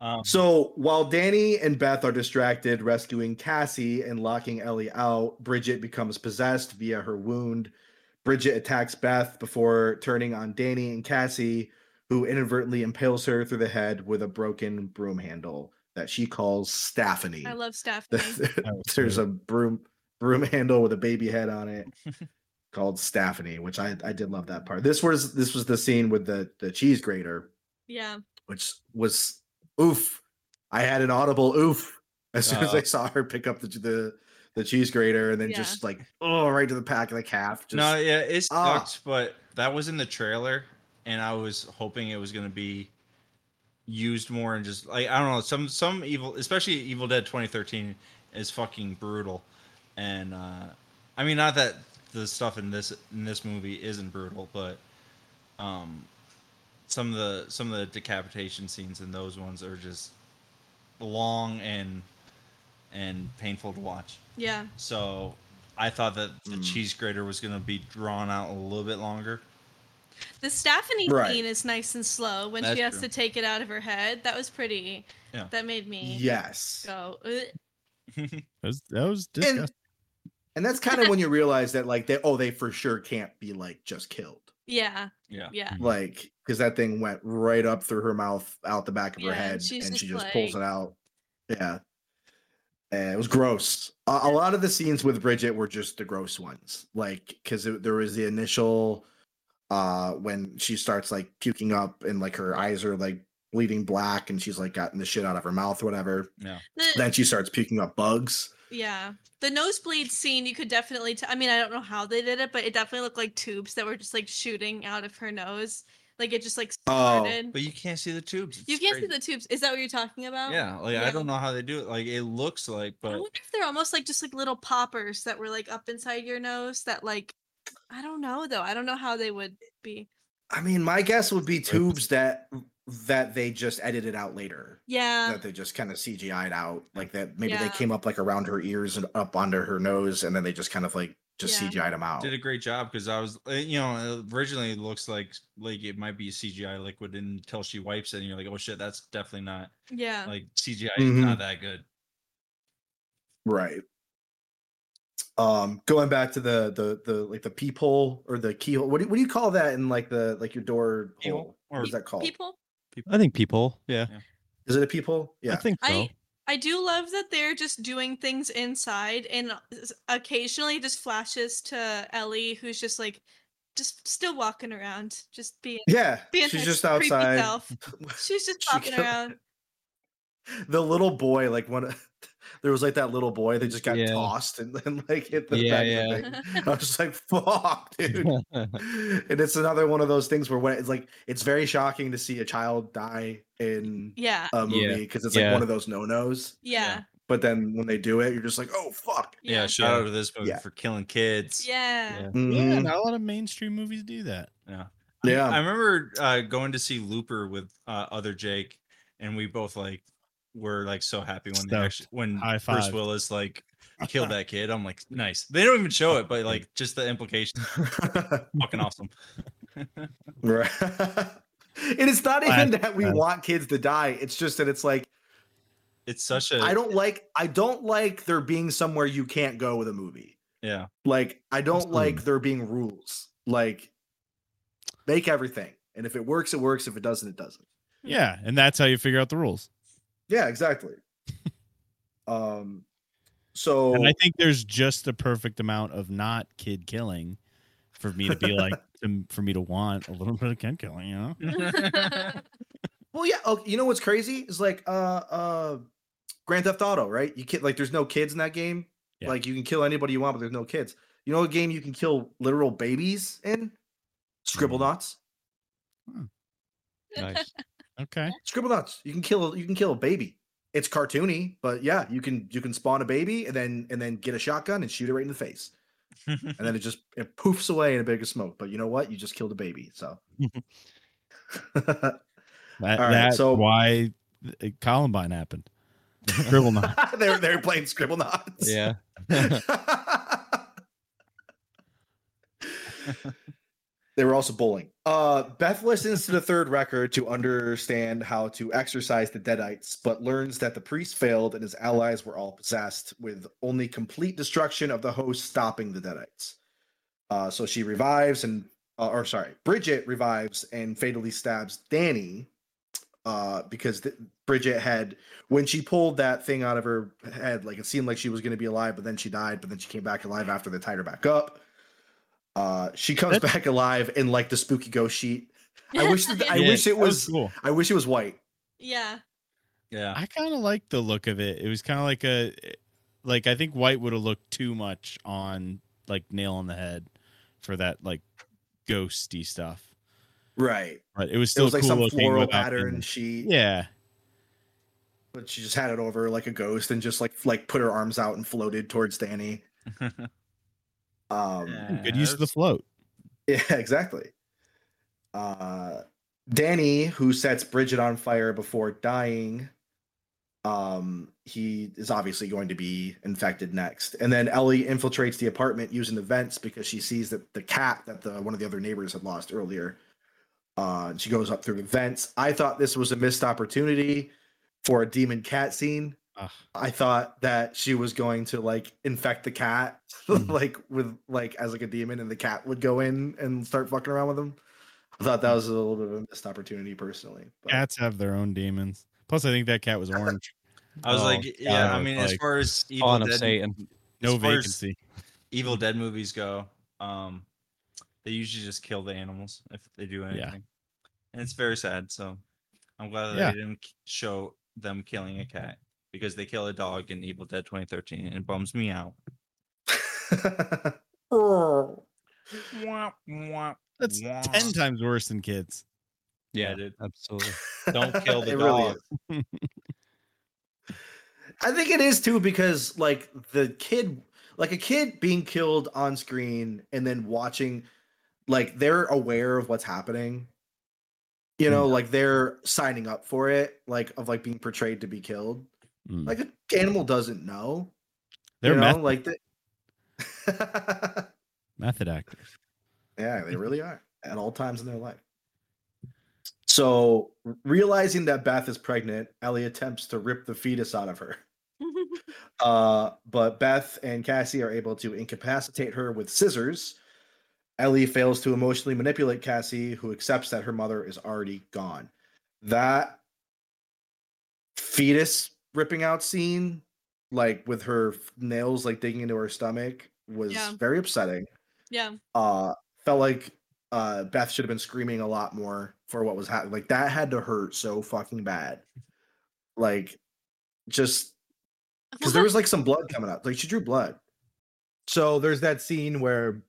Um,
So while Danny and Beth are distracted rescuing Cassie and locking Ellie out, Bridget becomes possessed via her wound. Bridget attacks Beth before turning on Danny and Cassie, who inadvertently impales her through the head with a broken broom handle that she calls Staphanie.
I love Stephanie.
Oh,
There's a broom broom handle with a baby head on it called Staphanie, which I, I did love that part. This was this was the scene with the the cheese grater
Yeah.
which was oof. I had an audible oof as soon as
Uh,
I saw her pick up the the, the cheese grater and then
Yeah.
just like oh right to the back of the calf. Just,
no, yeah, it
Ah.
sucked, but that was in the trailer, and I was hoping it was gonna be used more and just like I don't know, some some evil, especially Evil Dead 2013 is fucking brutal, and uh, I mean not that the stuff in this in this movie isn't brutal, but um, some of the some of the decapitation scenes in those ones are just long and and painful to watch.
Yeah.
So I thought that the
Mm.
cheese grater was going to be drawn out a little bit longer.
The Stephanie
Right.
scene is nice and slow when
That's
she has
true.
to take it out of her head. That was pretty.
Yeah.
That made me
yes,
go. "Ugh."
That was, that was disgusting.
and and that's kind of when you realize that like they oh they for sure can't be like just killed
Yeah.
Yeah.
Yeah.
like because that thing went right up through her mouth out the back of
Yeah,
her
and
head
she's
and she
just
just pulls
like-
it out. Yeah. And it was gross. A, a lot of the scenes with Bridget were just the gross ones, like because there was the initial, uh, when she starts like puking up and like her eyes are like bleeding black and she's like gotten the shit out of her mouth, whatever.
The-
Then she starts puking up bugs.
yeah. The nosebleed scene, you could definitely. T- I mean, I don't know how they did it, but it definitely looked like tubes that were just like shooting out of her nose. Like it just like
Oh,
started.
But you can't see the tubes.
you
It's
can't
crazy.
see the tubes. Is that what you're talking about?
Yeah, like
Yeah. Oh,
I don't know how they do it. Like it looks like,
I
but
wonder if they're almost like just like little poppers that were like up inside your nose that like I don't know though. I don't know how they would be.
I mean, my guess would be tubes that that they just edited out later.
Yeah.
that they just kind of CGI'd out, like that maybe they
Um, Yeah.
came up like around her ears and up onto her nose, and then they just kind of like just
Yeah.
CGI'd them out.
did a great job because I was, uh, you know, originally it looks like like it might be CGI liquid until she wipes it, and you're like, oh shit, that's definitely not
Yeah.
like CGI is
Mhm.
not that good.
Right. Um, going back to the the the like the peephole or the keyhole. What do you, what do you call that in like the like your door
Keyhole?
hole? What is
Or-
that called?
People
I think people. Yeah,
Is it a peephole?
I
Yeah.
think so.
I I do love that they're just doing things inside and uh, s- occasionally it just flashes to Ellie who's just like just still walking around, just being
Yeah.
being
She's
her
just
creepy
outside.
self. She's just
She
popping
kept-
around.
The little boy, like one there was like that little boy that just got
Yeah.
tossed and then like hit the
Yeah,
back of the thing. I was just like, fuck, dude. and it's another one of those things where when it's like it's very shocking to see a child die in
Yeah.
a
Yeah.
movie because it's
Yeah.
like one of those no-nos
Yeah.
but then when they do it you're just like oh fuck
Yeah,
Yeah.
shout out to this movie
Yeah.
for killing kids.
Yeah.
Yeah.
Yeah,
Mhm.
not a lot of mainstream movies do that.
yeah
Um,
I remember uh, going to see Looper with uh, other Jake, and we both like were like so happy when they
Stoked.
actually when
High
Bruce
five.
Willis like killed that kid. I'm like, nice. They don't even show it, but like just the implication, fucking awesome.
Right. and it's not even
Classic,
that we
man.
want kids to die it's just that it's like
It's such a
i don't like i don't like there being somewhere you can't go with a movie
yeah.
like i don't like
Absolutely.
there being rules like make everything and if it works it works if it doesn't it doesn't
Hmm. Yeah, and that's how you figure out the rules.
Yeah, exactly. um, so
And I think there's just the perfect amount of not kid killing for me to be like to- for me to want a little bit of kid killing, you know?
Well, yeah. Oh, you know what's crazy is like uh uh Grand Theft Auto, right? You can like there's no kids in that game.
Yeah.
Like you can kill anybody you want, but there's no kids. You know a game you can kill literal babies in? Scribble
Mm.
knots.
Nice.
Okay.
Scribble knots. You can kill you can kill a baby. It's cartoony, but yeah, you can you can spawn a baby and then and then get a shotgun and shoot it right in the face. And then it just it poofs away in a big of smoke. But you know what? You just killed a baby. So
That,
All right,
that's
so-
why th- Columbine happened. Scribble knots.
they're they're playing scribble knots.
yeah.
they were also bowling. Uh, Beth listens to the third record to understand how to exorcise the Deadites, but learns that the priest failed and his allies were all possessed, with only complete destruction of the host stopping the Deadites. Uh, so she revives and, uh, or sorry, Bridget revives and fatally stabs Danny uh, because th- Bridget had when she pulled that thing out of her head, like it seemed like she was going to be alive, but then she died, but then she came back alive after they tied her back up. Uh, she comes
That's-
back alive in like the spooky ghost sheet. I wish that, I
Yeah,
wish it
that was
was,
cool.
I wish it was white.
yeah.
yeah.
I kind of like the look of it. It was kind of like a, like I think white would have looked too much on like nail on the head for that like ghosty stuff.
Right.
But it was
It
still
was like
cool
some
looking
floral
without the-
pattern sheet,
Yeah,
but she just had it over like a ghost and just like like put her arms out and floated towards Danny. Um,
good use of the
Yes.
float.
Yeah, exactly. Uh, Danny, who sets Bridget on fire before dying, um, he is obviously going to be infected next. And then Ellie infiltrates the apartment using the vents because she sees that the cat that the one of the other neighbors had lost earlier. Uh, and she goes up through the vents. I thought this was a missed opportunity for a demon cat scene.
Ugh.
I thought that she was going to like infect the cat, like with like as like a demon, and the cat would go in and start fucking around with him. I thought that was a little bit of a missed opportunity, personally. But
Cats have their own demons. Plus, I think that cat was orange.
I was
Oh,
like, yeah. I
God,
mean, as
like,
far as Evil
Dawn of
Dead,
Satan.
No
as far as
vacancy.
Evil Dead movies go, um, they usually just kill the animals if they do anything, and it's very sad. So I'm glad that
Yeah.
they didn't k- show them killing a cat because they kill a dog in Evil Dead 2013, and it bums me out. Wah, wah.
That's
Wah.
ten times worse than kids.
Yeah,
Yeah,
dude.
absolutely.
Don't kill the
It really
dog.
is. I think it is too because like the kid, like a kid being killed on screen and then watching, like they're aware of what's happening. You
Mm-hmm.
know, like they're signing up for it, like of like being portrayed to be killed.
Hmm.
Mm.
Like an animal doesn't know.
They're
you know,
meth-
like the-
method actors.
Yeah, they really are at all times in their life. So, r- realizing that Beth is pregnant, Ellie attempts to rip the fetus out of her. Uh, but Beth and Cassie are able to incapacitate her with scissors. Ellie fails to emotionally manipulate Cassie, who accepts that her mother is already gone. That fetus ripping out scene, like with her f- nails like digging into her stomach, was
Yeah.
very upsetting
Yeah.
uh felt like uh Beth should have been screaming a lot more for what was happening. Like that had to hurt so fucking bad. Like just because there was like some blood coming up. Like she drew blood. So there's that scene where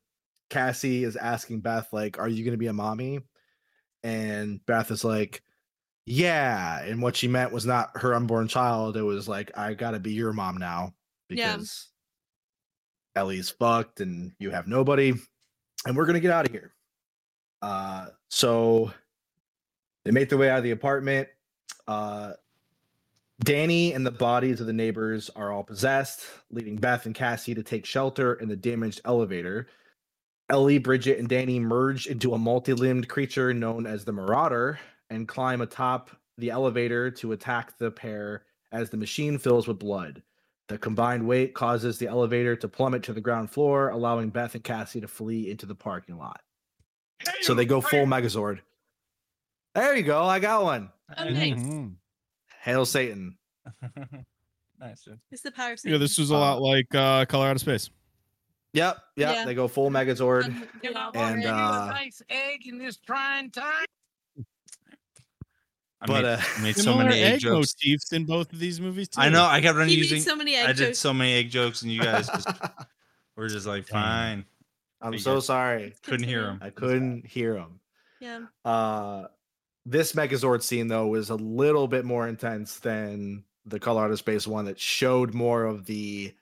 Cassie is asking Beth, like, are you gonna be a mommy? And Beth is like, Yeah. And what she meant was not her unborn child. It was like, I gotta be your mom now
Yeah.
because Ellie's fucked and you have nobody. And we're gonna get out of here. Uh so they make their way out of the apartment. Uh Danny and the bodies of the neighbors are all possessed, leaving Beth and Cassie to take shelter in the damaged elevator. Ellie, Bridget, and Danny merge into a multi limbed creature known as the Marauder and climb atop the elevator to attack the pair as the machine fills with blood. The combined weight causes the elevator to plummet to the ground floor, allowing Beth and Cassie to flee into the parking lot. So they go full Megazord. There you go. I got one.
Mm-hmm.
Oh, nice.
Mhm.
Hail Satan.
nice. dude.
It's the power of
Yeah, this was a lot like uh, Colorado Space.
Yep, yep.
Yeah.
They go full Megazord.
Um, you know,
And, uh,
nice egg in this trying time.
I
but
made,
uh,
I made so
Similar
many egg,
egg
jokes.
motifs in both of these movies. Too.
I know. I kept on
He made
using.
so many egg
I did
jokes.
so many egg jokes, and you guys just, were just like,
Damn.
fine.
I'm
But
so
yeah.
sorry.
Couldn't hear
Continue.
him.
I couldn't hear him.
Yeah.
Uh, this Megazord scene though was a little bit more intense than the Colorado Space one that showed more of the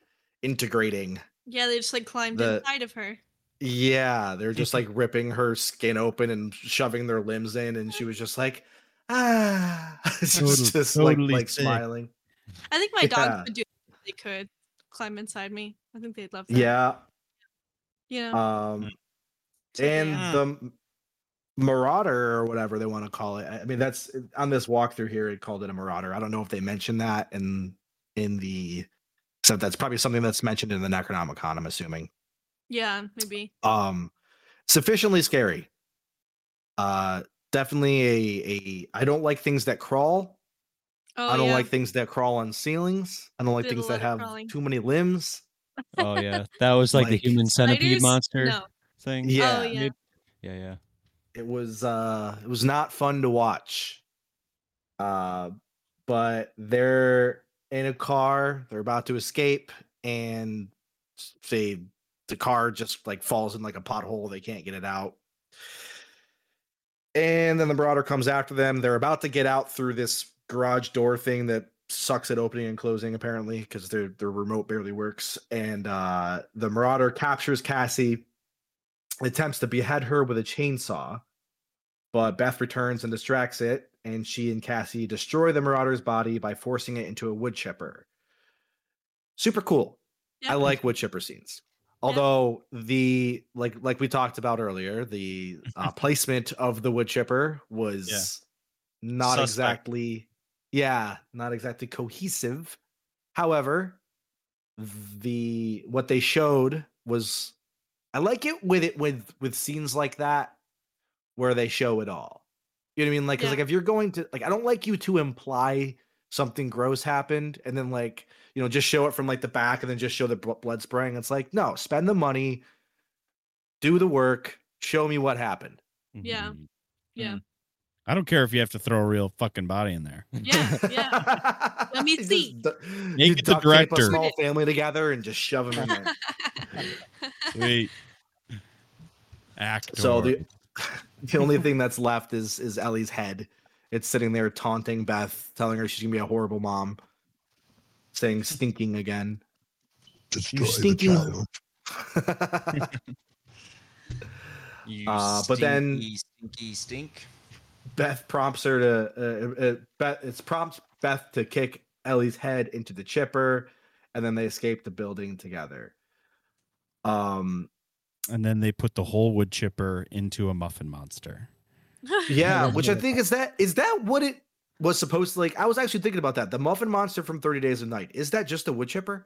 integrating.
Yeah, they just like climbed
The-
inside of her.
Yeah, they're just
Mm-hmm.
like ripping her skin open and shoving their limbs in, and she was just like, ah, she was
Totally-
just
totally
like like
sick.
smiling.
I think my dogs
Yeah.
would do that if they could climb inside me. I think they'd love that.
Yeah.
You know?
Um,
So,
and
Mm. yeah.
the M- marauder or whatever they want to call it i I mean that's eh, on this walkthrough here it called it a marauder i don't know if they mentioned that in in the so that's probably something that's mentioned in the necronomicon i'm assuming
yeah, maybe.
um sufficiently scary uh definitely a a i don't like things that crawl
Oh,
i don't
yeah.
like things that crawl on ceilings i don't like
Did a
things
lot
that have
of crawling.
too many limbs
Oh yeah, that was like,
Like-
the human centipede
Spiders?
monster
No.
thing.
Yeah.
Oh, yeah.
Maybe- yeah, yeah.
it was uh it was not fun to watch uh but they're in a car they're about to escape and s- they the car just like falls in like a pothole they can't get it out and then the marauder comes after them they're about to get out through this garage door thing that sucks at opening and closing apparently because their their remote barely works and uh the marauder captures cassie attempts to behead her with a chainsaw, but Beth returns and distracts it, and she and Cassie destroy the Marauder's body by forcing it into a wood chipper. Super cool.
Yeah.
I like wood chipper scenes. Although the like like we talked about earlier, the uh, placement of the wood chipper was not
Suspect.
exactly yeah, not exactly cohesive. However, the what they showed was I like it with it with with scenes like that where they show it all. You know what I mean? Like, 'cause,
Yeah.
like if you're going to like, I don't like you to imply something gross happened and then like you know just show it from like the back and then just show the bl- blood spraying. It's like no, spend the money, do the work, show me what happened.
Yeah.
Mhm.
Yeah.
I don't care if you have to throw a real fucking body in there.
Yeah. Yeah. Let me
You just
see.
du-
Make
you
it the
duct tape a
director.
small family together and just shove them in there.
Sweet. Act.
So the- the only thing that's left is is Ellie's head. It's sitting there taunting Beth, telling her she's gonna be a horrible mom, saying stinking again.
Destroy
stinking-
the child.
You
Uh, but then-
stinky, stinky stink.
Beth prompts her to uh, uh, Beth. It's prompts Beth to kick Ellie's head into the chipper, and then they escape the building together. Um.
and then they put the whole wood chipper into a muffin monster.
Yeah, which I think is that is that what it was supposed to like. I was actually thinking about that. The muffin monster from Thirty Days of Night is that just a wood chipper?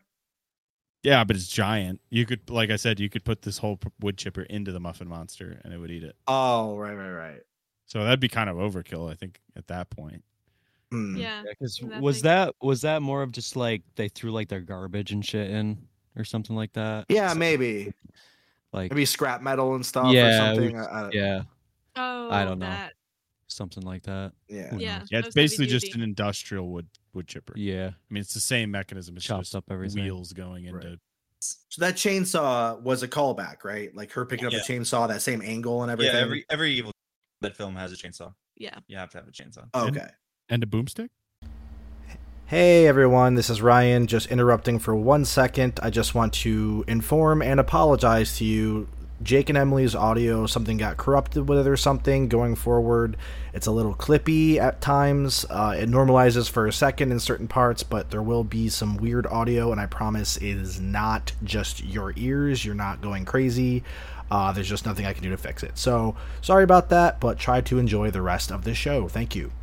Yeah, but it's giant. You could, like I said, you could put this whole p- wood chipper into the muffin monster, and it would eat it.
Oh, right, right, right.
So that'd be kind of overkill, I think, at that point.
Hmm.
yeah.
'Cause
That
was
thing.
that was that more of just like they threw like their garbage and shit in or something like that?
Yeah, maybe.
Like
Maybe scrap metal and stuff or
Yeah, we-
something. I- I-
yeah,
Oh,
don't know.
that.
something like that.
yeah.
Who
Yeah.
knows?
Yeah,
that
it's
was heavy
basically just
duty.
an industrial wood wood chipper.
Yeah,
I mean, it's the same mechanism. It's
chops
just
up everything.
wheels going
Right.
into.
So that chainsaw was a callback, right? Like her picking up
Yeah.
the chainsaw, that same angle and
Yeah,
everything.
every every evil that film has a chainsaw.
Yeah.
You have to have a chainsaw.
Oh,
and-
okay.
And a boomstick.
Hey everyone, this is Ryan. Just interrupting for one second. I just want to inform and apologize to you. Jake and Emily's audio, something got corrupted with it or something. Going forward, it's a little clippy at times. Uh, it normalizes for a second in certain parts, but there will be some weird audio, and I promise it is not just your ears. You're not going crazy. Uh, there's just nothing I can do to fix it. So sorry about that, but try to enjoy the rest of the show. Thank you.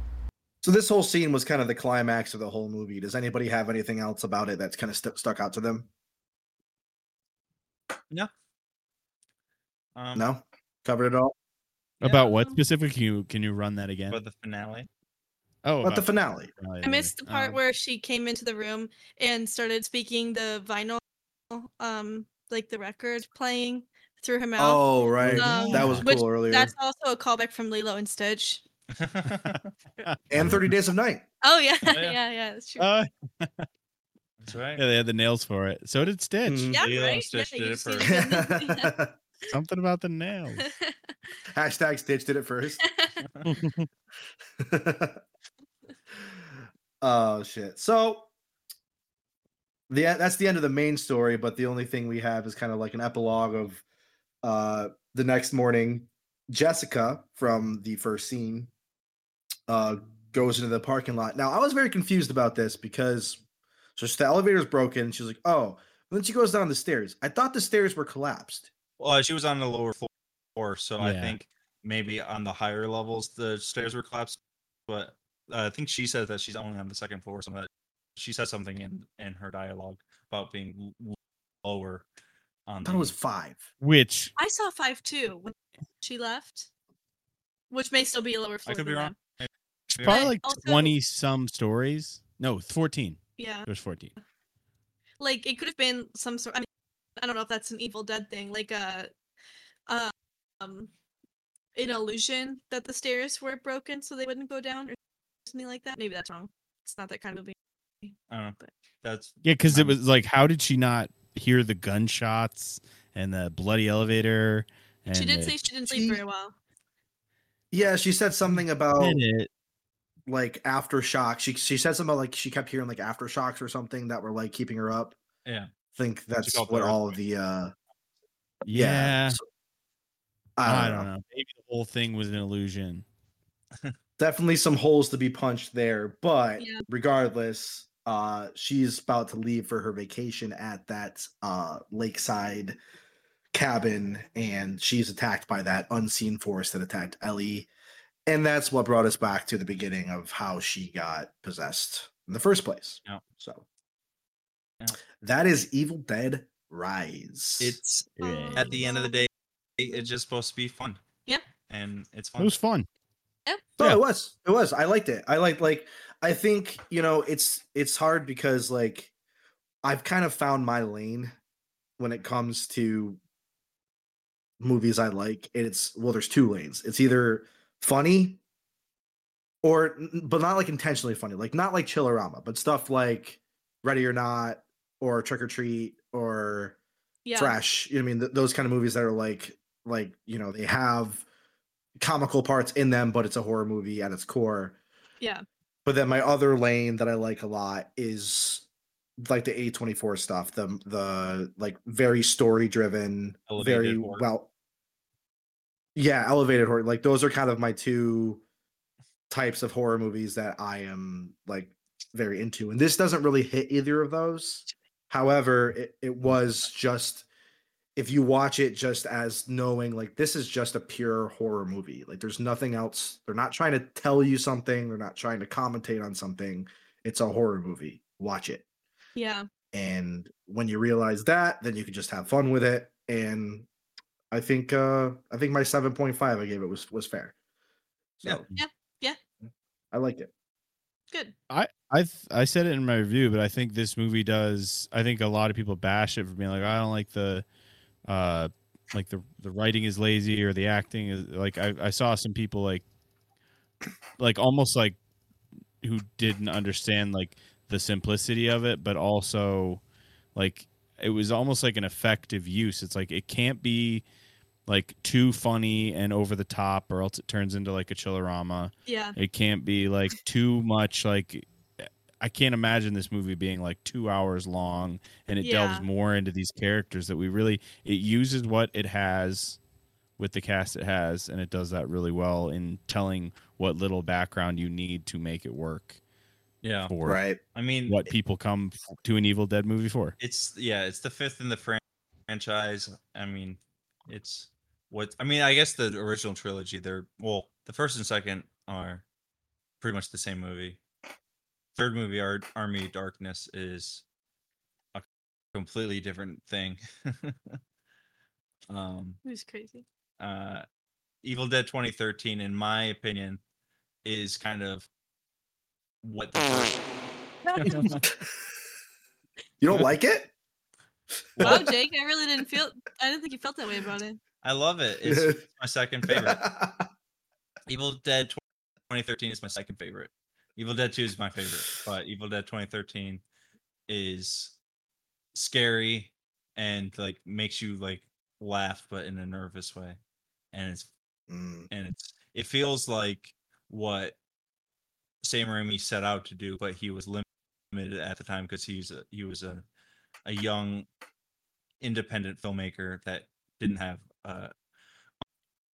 So this whole scene was kind of the climax of the whole movie. Does anybody have anything else about it that's kind of stu- stuck out to them?
Um,
No, covered it all.
About
Yeah.
what specific? Can you can you run that again?
But the finale.
Oh,
Not the
about
finale.
finale,
I missed the
really.
part
Oh,
where she came into the room and started speaking the vinyl, um, like the record playing through her mouth.
Oh, right.
Um,
that was
which-
cool earlier.
That's also a callback from Lilo and Stitch.
And 30 Days of Night.
Oh yeah,
Oh, yeah.
yeah, yeah, that's true.
Uh,
That's right.
yeah, they had the nails for it. So did Stitch.
Mhm.
yeah,
Lilo and
right.
Stitch
yeah,
did
you
it
see
first.
the-
Something about the nails.
Hashtag Stitch did it first. oh shit. So the that's the end of the main story, but the only thing we have is kind of like an epilogue of uh the next morning, Jessica from the first scene uh goes into the parking lot. Now I was very confused about this because so she- the elevator's broken. She's like, oh, and then she goes down the stairs. I thought the stairs were collapsed.
Well, she was on the lower flo- floor, so I
Yeah.
think maybe on the higher levels the stairs were collapsed. But uh, I think she says that she's only on the second floor. Or something. like that. She says something in in her dialogue about being l- l- lower. On
I thought it was
the-
five.
Which
I saw five too when she left, which may still be a lower floor.
could be
than
wrong.
them.
it's probably
But
like
also-
twenty some stories. No, fourteen.
Yeah,
There's fourteen.
like it could have been some sort. I mean, I don't know if that's an Evil Dead thing, like a, uh, um, an illusion that the stairs were broken so they wouldn't go down or something like that. Maybe that's wrong. It's not that kind of movie.
I don't know.
But-
That's
Yeah, because it
Um,
was like, how did she not hear the gunshots and the bloody elevator? And
she did
the
say she didn't sleep
she-
very well.
Yeah, she said something about
minute.
like aftershocks. She she said something about like she kept hearing like aftershocks or something that were like keeping her up.
Yeah.
I think that's
called the
what all of the uh
Yeah,
so- I don't, know.
Maybe the whole thing was an illusion.
Definitely some holes to be punched there, but
Yeah.
regardless, uh she's about to leave for her vacation at that uh lakeside cabin and she's attacked by that unseen force that attacked Ellie. And that's what brought us back to the beginning of how she got possessed in the first place.
Yeah.
So
Yeah.
that is Evil Dead Rise.
it's
Yeah.
at the end of the day, it's just supposed to be fun.
Yeah.
and it's
It
fun.
was fun.
No,
Yeah.
Oh, it was. It was. I liked it. I liked like I think, you know, it's it's hard because like I've kind of found my lane when it comes to movies I like. And it's well, there's two lanes. It's either funny or n- but not like intentionally funny, like not like Chillerama, but stuff like Ready or Not or Trick or Treat or
Yeah,
Fresh. You know what I mean, Th- those kind of movies that are like, like you know, they have comical parts in them, but it's a horror movie at its core.
yeah,
But then my other lane that I like a lot is like the A twenty four stuff, the the like very story driven,
Elevated
very
horror.
well. Yeah, elevated horror. Like those are kind of my two types of horror movies that I am like very into. And this doesn't really hit either of those. However, it, it was just if you watch it just as knowing like this is just a pure horror movie. Like there's nothing else. They're not trying to tell you something, they're not trying to commentate on something. It's a horror movie. Watch it.
yeah.
And when you realize that, then you can just have fun with it. And I think uh I think my 7.5 I gave it was was fair.
Yeah.
So
Yeah. Yeah.
I liked it.
Good.
I th- I said it in my review, but I think this movie does. I think a lot of people bash it for being like, I don't like the, uh, like the the writing is lazy or the acting is like. I I saw some people like, like almost like, who didn't understand like the simplicity of it, but also, like it was almost like an effective use. It's like it can't be, like too funny and over the top, or else it turns into like a chillerama.
Yeah,
It can't be like too much like I can't imagine this movie being like 2 hours long and it delves
Yeah.
more into these characters that we really it uses what it has with the cast it has and it does that really well in telling what little background you need to make it work
Yeah,
for
Right.
I mean,
what people come f- to an Evil Dead movie for.
it's yeah, it's the fifth in the fran- franchise. I mean, it's what I mean. I guess the original trilogy. They're well, the first and second are pretty much the same movie. Third movie, Ar- Army of Darkness, is a completely different thing. um,
it was crazy.
uh, Evil Dead 2013, in my opinion, is kind of what the first
You don't like it?
wow, Jake, I really didn't feel. I didn't think you felt that way about it.
I love it. It's my second favorite. Evil Dead 2013 is my second favorite. Evil Dead 2 is my favorite, but Evil Dead 2013 is scary and like makes you like laugh but in a nervous way. And it's
Mm,
and it's it feels like what Sam Raimi set out to do, but he was lim- limited at the time because he's a, he was a a young independent filmmaker that didn't have uh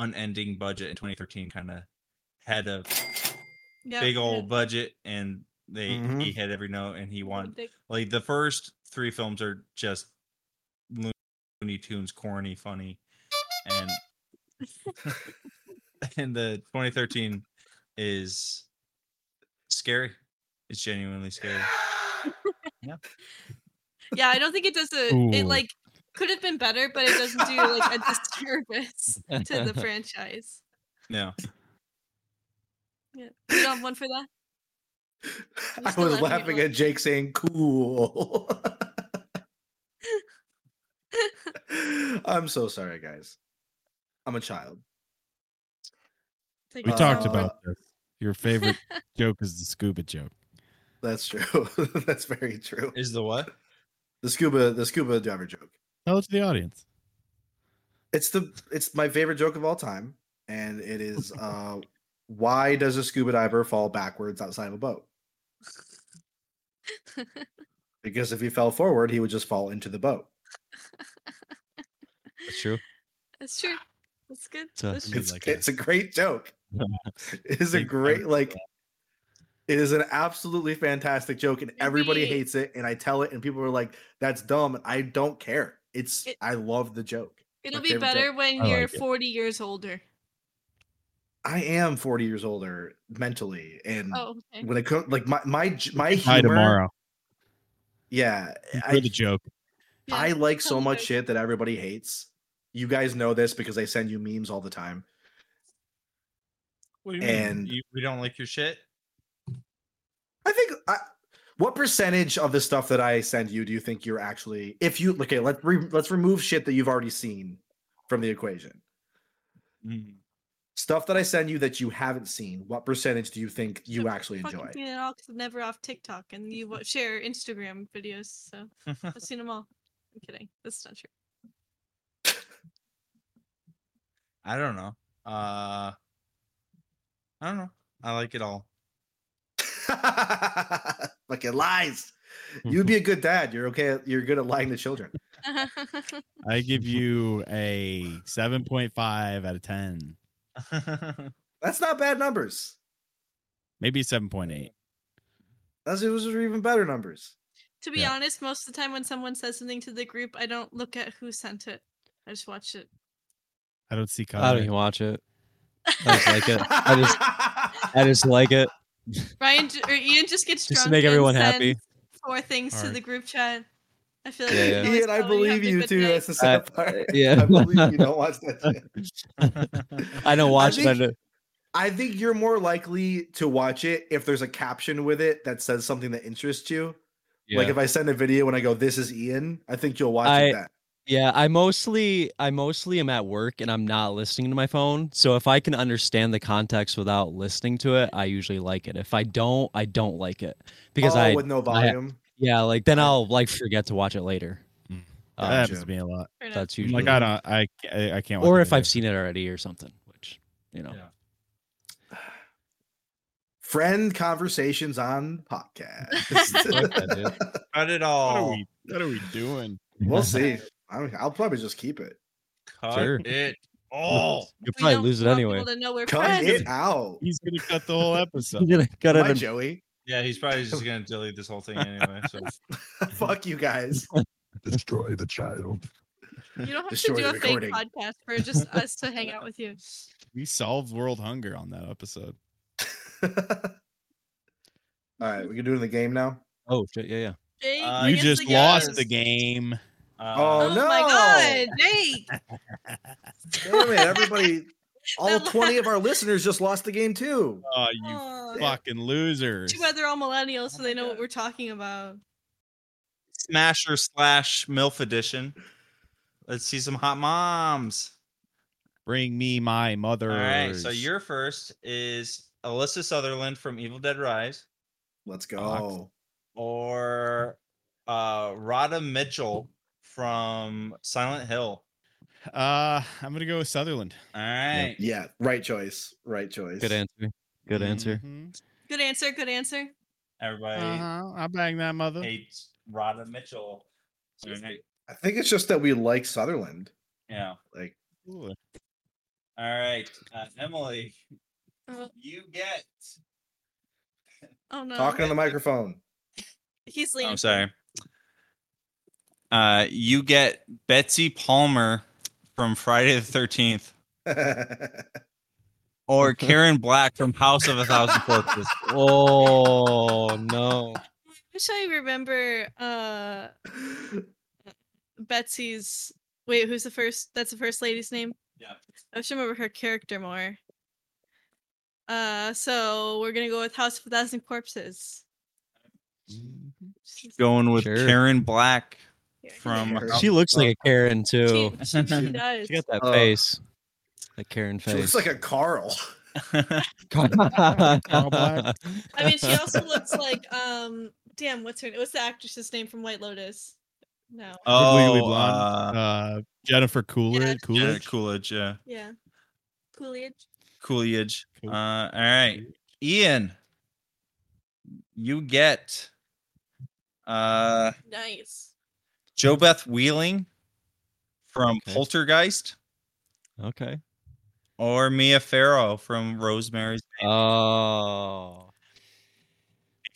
unending budget in 2013 kind of had a
Yeah,
big
yeah.
old budget and they
Mhm.
he hit every note and he wanted
Big-
like the first three films are just Loo- Looney Tunes corny funny and and the 2013 is scary it's genuinely scary
Yeah, I don't think it does a. It
Ooh.
like could have been better, but it doesn't do like a disservice to the franchise.
no
You don't have one for that.
I
still
was
laughing at
laughing
what-
at Jake saying cool. I'm so sorry, guys. I'm a child.
Take
We
Oh.
it
talked
down.
about this. Your favorite joke is the scuba joke.
That's true. That's very true.
is the what
The scuba, the scuba diver joke.
Tell it to the audience.
It's the it's my favorite joke of all time, and it is uh, why does a scuba diver fall backwards outside of a boat? Because if he fell forward, he would just fall into the boat.
That's true.
That's true. That's good.
It's
uh,
a-
That's true.
It's
like
it's a great joke. it is a
Big fan
great
of
like. It is an absolutely fantastic joke, and everybody
Maybe-
hates it. And I tell it, and people are like, "That's dumb." And I don't care. It's
It-
I love the joke.
It'll
my
be
favorite
better
joke.
when
I
you're
like it.
40 years older.
I am forty years older mentally, and
Oh, okay.
when it comes like my my j- my
Hi
humor,
tomorrow.
yeah,
Hear
I,
the joke.
Yeah.
I like so
totally
much
agree.
shit that everybody hates. You guys know this because I send you memes all the time.
what do
mean? And-
you, we don't like your shit
I think I, what percentage of the stuff that I send you do you think you're actually if you okay let's re, let's remove shit that you've already seen from the equation.
Mm.
Stuff that I send you that you haven't seen, what percentage do you think you
I've
actually
fucking
enjoy?
seen it all 'cause I'm never off TikTok and you wa- share Instagram videos, so I've seen them all. I'm kidding. That's not true.
i don't know uh i don't know i like it all
Fucking lies. You'd be a good dad. You're okay. You're good at lying to children.
I give you a seven point five out of ten.
That's not bad numbers.
Maybe seven point eight.
That's those are even better numbers.
to be
Yeah.
honest, most of the time when someone says something to the group, I don't look at who sent it. I just watch it.
I don't see color.
I don't even watch it. I just like it. I just I just like it.
Ryan j- or Ian just gets drunk
Just to make
and
everyone happy.
sends Four things to
Alright.
the group chat. I feel like
Yeah,
you
yeah.
can
Ian,
always
I
tell when
believe
having a
you
good
too.
day.
That's the sad part.
yeah.
I believe you don't watch that. Shit.
I don't watch it. I
think-
don't-
I think you're more likely to watch it if there's a caption with it that says something that interests you. Like
Yeah.
if I send a video and I go, "This is Ian," I think you'll watch
I-
it that.
Yeah, I mostly I mostly am at work and I'm not listening to my phone. So if I can understand the context without listening to it, I usually like it. If I don't, I don't like it because
All
I
Oh, with no volume.
yeah, like then I'll like forget to watch it later.
Mm.
Um,
That happens to me a lot.
Fair enough.
that's
I'm
usually
like I don't. I ca- I, I can't. watch
or
it
if I've
later.
seen it already or something, which you know.
Yeah.
Friend conversations on podcast.
cut it
What
all
are we? What are we doing?
we'll see. I'm, I'll probably just keep it.
cut
Sure.
it
Oh.
all
You'll
We
probably
don't
lose it
want
anyway.
people to know we're
Cut
friends.
it out.
He's gonna cut the whole episode.
You're gonna cut
Am I
it and-
Joey.
Yeah, he's probably just gonna delete this whole thing anyway. So
Fuck you guys.
Destroy the child.
You don't have to
Destroy
do
the
a fake
recording.
podcast for just us to hang out with you.
We solved world hunger on that episode.
All right, we can do it in the game now.
Oh shit, yeah, yeah.
Jake,
Uh,
I
you
guess
just
the
lost
guys-
the game.
uh,
Oh,
Oh,
my
no.
god, Jake!
Wait a minute, everybody, all
That la-
20 of our listeners just lost the game too.
Oh, you
Aw.
Fucking losers.
Two other all millennials,
Oh
so they know what we're talking about.
Smasher slash MILF edition. Let's see some hot moms.
Bring me my mother.
All right. So your first is Alyssa Sutherland from Evil Dead Rise
Let's go.
or uh, Rada Mitchell from Silent Hill.
Uh, I'm gonna go with Sutherland.
All right.
Yeah, right choice. Right choice.
Good answer. Good answer.
Mhm.
Good answer. Good answer.
Everybody
Uh-huh. I'll bang that mother.
hates Rada Mitchell. All right.
I think it's just that we like Sutherland.
Yeah.
Like
Ooh.
All right. Uh, Emily,
Uh,
you get.
Oh no.
talking on the microphone.
He's
Oh,
leaning.
I'm sorry. Uh, you get Betsy Palmer from Friday the Thirteenth, or Karen Black from House of a Thousand Corpses.
Oh no.
I wish I remember uh Betsy's wait, who's the first that's the first lady's name?
Yeah.
I wish I remember her character more. Uh so we're gonna go with House of a Thousand Corpses. She's-
Going with
Sure.
Karen Black
Yeah, I
from.
remember.
She looks like
oh.
a Karen too.
she, she, she does.
She got that
Uh,
face. That Karen
she looks
face.
like a Carl.
Carl Black.
I mean she also looks like um damn, what's her what's the actress's name from White Lotus? No.
oh,
Wiggly Blonde.
uh,
Uh, Jennifer Coolidge.
yeah,
yeah,
Coolidge.
Coolidge. Yeah,
Yeah. Coolidge.
Coolidge. Uh,
Cool.
all right, Ian, you get. Uh,
Nice.
Joe Beth Wheeling from
Okay.
Poltergeist
okay.
or Mia Farrow from Rosemary's
Oh.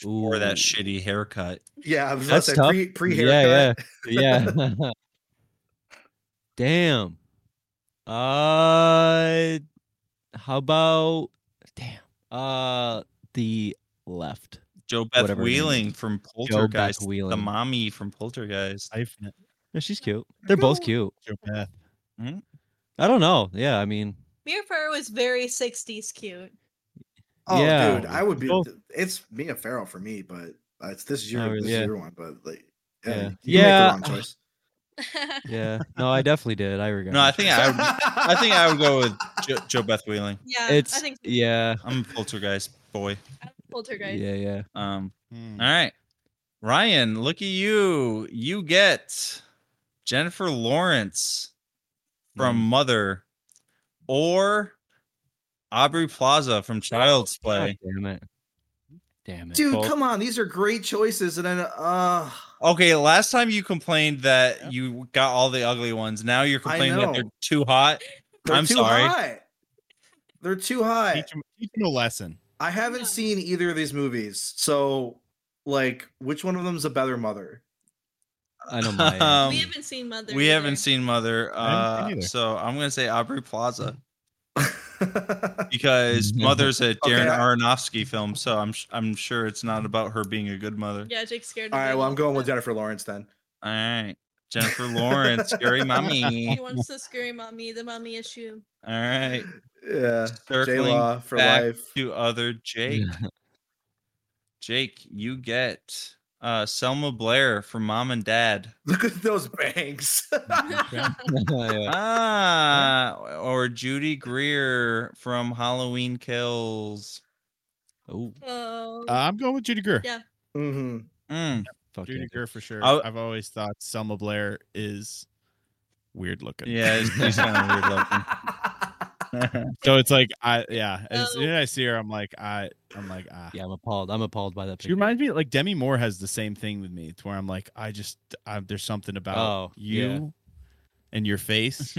Baby or
Ooh.
that shitty haircut.
Yeah, I was
That's
about to
tough.
say pre pre
Yeah,
haircut.
yeah, yeah. damn. Uh, how about damn? Uh, the left.
Joe Beth
Whatever her name
Wheeling
is.
from
Beth
Poltergeist. The
Wheeling.
mommy from Poltergeist.
I've
No, she's cute. They're both cute.
Cool.
Joe Beth.
I don't know. Yeah, I mean,
Mia Farrow is very 60s cute.
Oh,
Yeah.
dude, I would be.
Both.
It's Mia Farrow for me, but uh, it's this is your
Oh, really?
this
Yeah.
is your one. But like,
Yeah.
yeah,
Yeah.
You make the wrong choice.
yeah. No, I definitely did. I regret.
No, I
it.
think I would, I think I would go with jo- Joe Beth Wheeling.
Yeah,
it's
I think
yeah,
I'm a Poltergeist boy.
I pulled her guys.
yeah, yeah.
Um,
Hmm.
all right, Ryan, look at you. You get Jennifer Lawrence from
Mm.
Mother or Aubrey Plaza from Child's Play.
God damn it. Damn it.
Dude,
Both.
come on, these are great choices, and then uh,
Okay, last time you complained that you got all the ugly ones. Now you're complaining that they're
know.
too hot.
they're
I'm
too
sorry.
high. They're too high.
Teach him, teach him a lesson.
I haven't
No.
seen either of these movies, so like, which one of them's a better mother?
I know my.
Um,
we haven't seen Mother.
we haven't
either.
seen Mother,
I haven't seen
uh,
either.
so I'm gonna say Aubrey Plaza
okay,
because Mother's a Darren
I-
Aronofsky film, so I'm sh- I'm sure it's not about her being a good mother.
Yeah, Jake's scared.
all right. Well, I'm going with Jennifer Lawrence then.
All right, Jennifer Lawrence, scary mommy.
He wants to scary mommy, the mommy issue.
All right,
Yeah, J
circling
Law for
back
life.
to other Jake. Jake, you get uh, Selma Blair from Mom and Dad.
Look at those bangs.
yeah.
Ah, or Judy Greer from Halloween Kills.
Oh,
oh,
Uh, I'm going with Judy Greer.
Yeah.
hmm
Mm.
fuck
Judy
yeah.
Greer for sure.
I'll-
I've always thought Selma Blair is weird looking.
Yeah, she's- she's kind of weird looking.
So it's like I yeah. As
So-
soon as I see her, I'm like I I'm like ah.
Yeah, I'm appalled. I'm appalled by that.
She
picture.
reminds me like Demi Moore has the same thing with me, to where I'm like I just I, there's something about
Oh,
you
yeah.
and your face.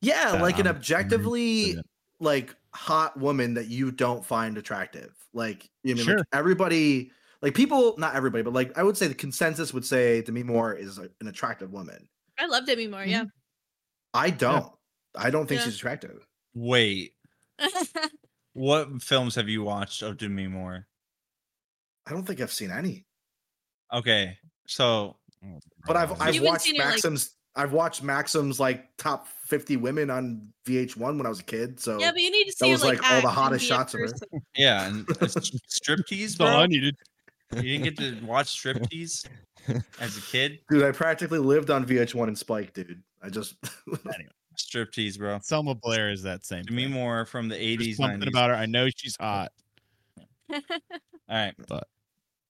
Yeah,
Uh,
like an
I'm- I'm
objectively
that.
like hot woman that you don't find attractive. Like you know,
Sure.
like everybody, like people, not everybody, but like I would say the consensus would say Demi Moore is a- an attractive woman.
I love Demi Moore. Yeah.
I don't. I don't think
Yeah.
she's attractive.
Wait, what films have you watched Oh, of Demi Moore?
I don't think I've seen any.
Okay, so
But I've I've
haven't
watched
seen her, like-
Maxim's I've watched Maxim's like top 50 women on VH1 when I was a kid. So
yeah, but you need to see
was,
her,
like, all the
act and
hottest
be a
shots of her.
person.
Yeah, and striptease,
all I
bro.
needed.
You didn't get to watch striptease as a kid.
dude, I practically lived on VH1 and Spike, dude. I just
Striptease, bro.
Selma Blair is that same.
Demi
thing.
Moore from the
There's
eighties,
something
nineties.
about her. I know she's hot.
All right,
But-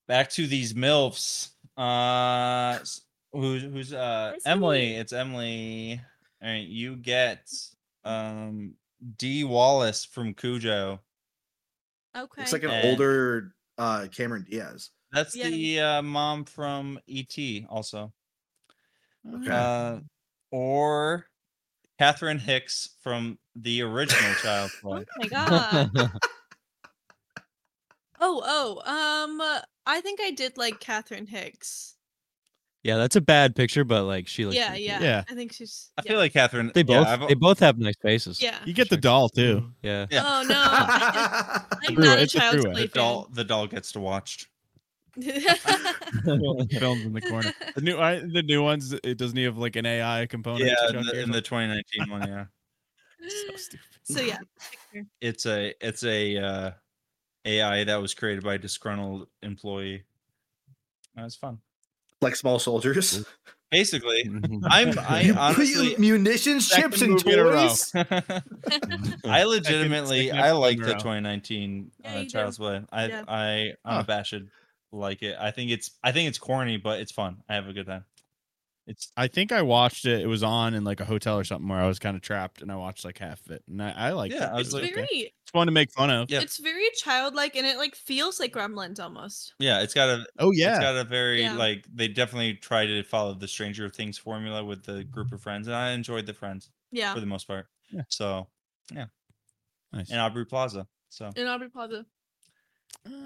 back to these milfs. Uh, s- who's who's uh
Where's
Emily?
Emily?
It's Emily. All right, you get um D Wallace from Cujo.
okay.
it's like an
And-
older uh Cameron Diaz.
That's
Yeah.
the uh, mom from ET, also.
Okay.
Uh, or Catherine Hicks from the original Child's
oh
Play.
my god. Oh oh. Um, uh, I think I did like Catherine Hicks.
yeah, that's a bad picture, but like she looks.
Yeah,
pretty
yeah,
cute.
Yeah.
I think she's.
I
yeah.
feel like Catherine.
They both
Yeah, I've-
they both have nice faces.
Yeah.
You get the
Sure.
doll too.
Yeah.
Yeah.
Oh no. I- I'm
threw
not
it,
a
it's a
child's
threw it.
the
play
doll. The doll gets to watch.
fan.
Films in the corner. The new, I, the new ones. It doesn't have like an AI
Oh,
component.
Yeah,
to
in
Chucky
the,
or
in the 2019 one. Yeah,
something? So stupid.
so yeah.
it's a it's a uh, AI that was created by a disgruntled employee. That was fun.
like small soldiers.
Basically,
Mhm.
I'm I
You put
honestly
munitions,
Second
chips, and
movie in a row.
toys.
I legitimately
second
I
episode
like
in a
the
row.
2019
Yeah,
uh,
you do.
Child's Play. I
Yeah.
I
Huh.
unabashed like it. I think it's I think it's corny, but it's fun. I have a good time. It's
I think I watched it. It was on in like a hotel or something where I was kind of trapped, and I watched like half of it, and I, I liked it.
Yeah, I
It
was
It's
like,
okay.
very
it's fun to make fun of.
Yeah.
it's very childlike and it like feels like Gremlins almost.
yeah, it's got a
Oh
it's
yeah,
got a very
Yeah.
like they definitely try to follow the Stranger Things formula with the group of friends, and I enjoyed the friends
Yeah.
for the most part.
Yeah.
So
nice.
and Aubrey Plaza. So
In Aubrey Plaza.
Oh,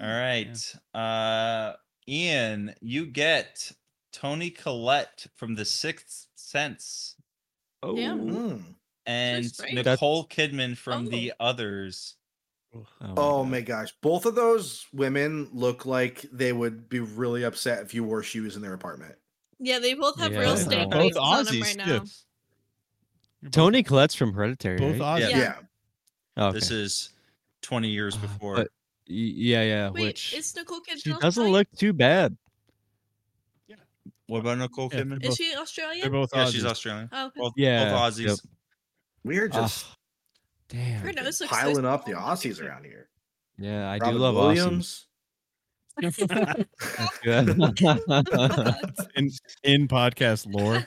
all right, uh, Ian, you get Tony Collette from The Sixth Sense.
Oh.
Yeah.
Mm.
and
strange.
That's-
Nicole Kidman from
Oh.
The Others.
Oh
God.
my gosh. Both of those women look like they would be really upset if you wore shoes in their apartment.
Yeah, they both have real
Yeah.
estate
Both
rates on them
Aussies,
right
too.
now.
Tony Collette's from Hereditary.
both
right?
Aussies.
Yeah.
Yeah.
Oh, okay.
This is 20 years
Uh,
before.
but- Y- yeah, yeah.
Wait,
which
is Nicole Kidman
she doesn't
Australian?
look too bad.
what about Nicole
Yeah,
Kidman?
they're
Is
both-
she
They're
Australian?
both
Yeah,
Aussies.
she's Australian.
Oh, okay.
Both,
Yeah,
both Aussies.
yep.
We are just
Ah, damn.
her nose looks so
piling up the
small.
Aussies around here.
Yeah, I
Robin
do love Williams.
Williams.
in, in podcast lore.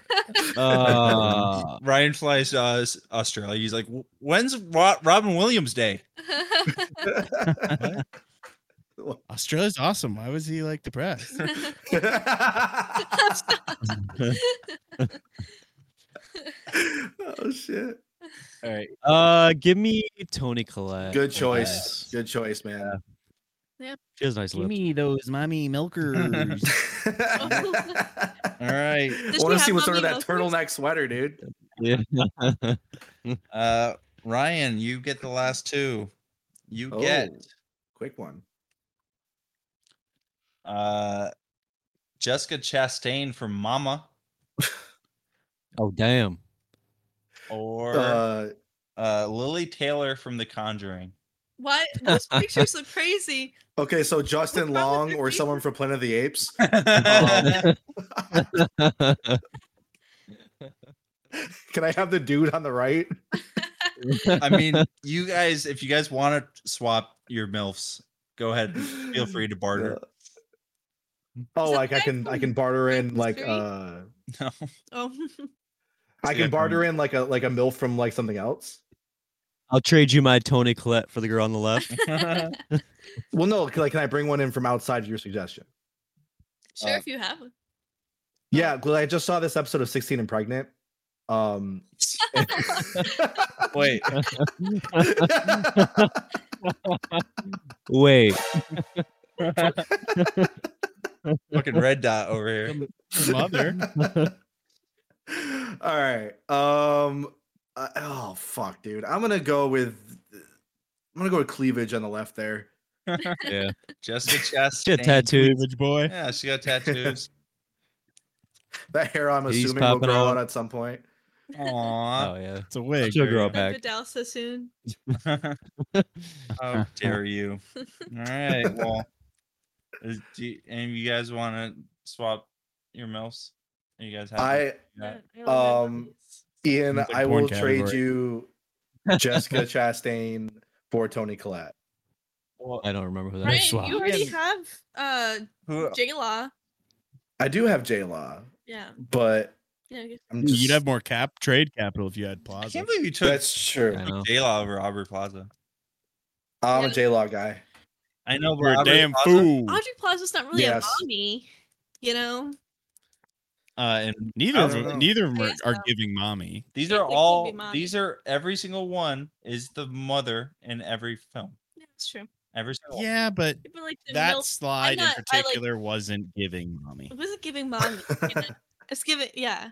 uh,
Ryan flies to Aus- Australia. He's like, "W- when's Ro- Robin Williams Day?
Australia's awesome. Why was he like depressed?
oh shit.
All right.
uh, give me Tony Collette.
Good choice.
Yes.
Good choice, man.
She has nice lips.
me those mommy milkers.
All right.
I
Does
want to
she
see
have
what's under
mommy
that
milkers?
turtleneck sweater, dude.
Yeah.
Uh, Ryan, you get the last two. You
Oh,
get
quick one.
uh, Jessica Chastain from Mama
oh damn.
or uh,
Uh,
Lily Taylor from The Conjuring.
What? Those pictures look crazy.
okay, so Justin
What's wrong with
Long
your
or
face?
someone from Planet of the Apes.
Oh.
Can I have the dude on the right?
I mean, you guys, if you guys want to swap your milfs, go ahead. Feel free to barter.
Uh, Oh,
Is it
like I
back
can I
from
can barter in
Christmas
like
Tree?
uh
No,
Oh,
I
Yeah,
can barter in like a like a milf from like something else.
I'll trade you my Tony Collette for the girl on the left.
Well, no, like can I bring one in from outside your suggestion?
Oh. sure if you have. one.
Yeah, well, I just saw this episode of 16 and Pregnant. Um
wait.
Wait,
Fucking red dot over here.
Mother.
All right. Um uh, oh fuck, dude. I'm going to go with I'm going to go with cleavage on the left there.
Jessica Chastain.
shit, tattoo.
Cleavage boy.
Yeah, she got tattoos.
That hair, I'm
He's
assuming, will
popping
grow
out.
out at some point.
Aw,
oh yeah.
It's a wig.
She'll grow
right?
back.
Fidel Sassoon.
how dare you? All right, well, is, do you, and you guys want to swap your milfs? Are you guys have
I,
Yeah.
Um, Ian,
Sounds like
I
porn
will trade
category.
you Jessica Chastain for Tony Collette.
I don't remember who that
Ryan,
is. Wow.
you already have uh
who
J Law.
I do have J Law,
Yeah.
but
Yeah. you-
I'm just,
You'd have more cap trade capital if you had
I
Plaza.
can't believe you took
that's true.
I know.
J Law over Aubrey Plaza.
I'm a J Law guy.
I know, but
You're a
Aubrey
damn
Plaza-
fool.
Audrey Plaza's not really
Yes.
a mommy, you know?
Uh, and
Neither
I
of
don't
them,
know.
neither of them
Yes,
are, are
though.
giving mommy.
these
She's
are
the Queen
all
Bee Mommy.
these are every single one is the mother in every film.
Yeah, that's true.
Every single one.
Yeah, but
People like to
that
milk-
slide in
not- I like-
particular wasn't giving mommy.
It wasn't giving mommy. you know? It's giving yeah.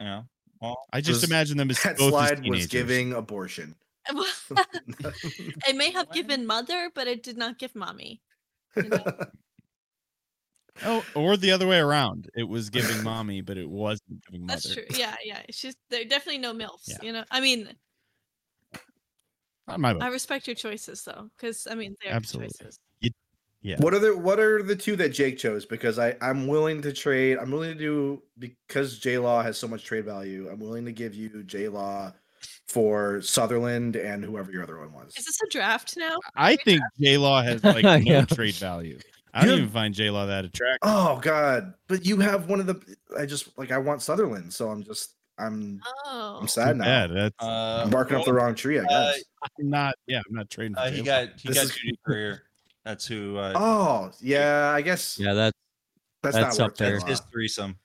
You know? Well,
I just
Was-
imagine them as
That
both as
slide was
teenagers.
giving abortion.
it may have given mother, but it did not give mommy. you know?
Oh, or the other way around. It was giving mommy, but it wasn't giving mother.
That's true. Yeah, yeah. She's there are definitely no MILFs,
Yeah.
you know. I mean,
Not in my book.
I respect your choices though, because I mean they're your
Absolutely.
choices.
Yeah.
What are the What are the two that Jake chose? Because I I'm willing to trade. I'm willing to do because J Law has so much trade value. I'm willing to give you J Law for Sutherland and whoever your other one was.
Is this a draft now?
I think J Law has like no
Yeah.
trade value. I don't
Yeah.
even find J Law that attractive.
Oh God! But you have one of the. I just like I want Sutherland, so I'm just I'm
Oh,
Uh, I'm sad now.
Yeah, that's
uh,
I'm barking up the
well,
wrong tree, I
uh,
guess.
I'm not. Yeah, I'm not trading. For
Uh, he
J-Law.
got he
This
got
is-
Judy Career. That's who. Uh,
oh yeah, I guess
Yeah, that's
that's,
that's
not
up
worth J
there.
that's
Law.
his threesome.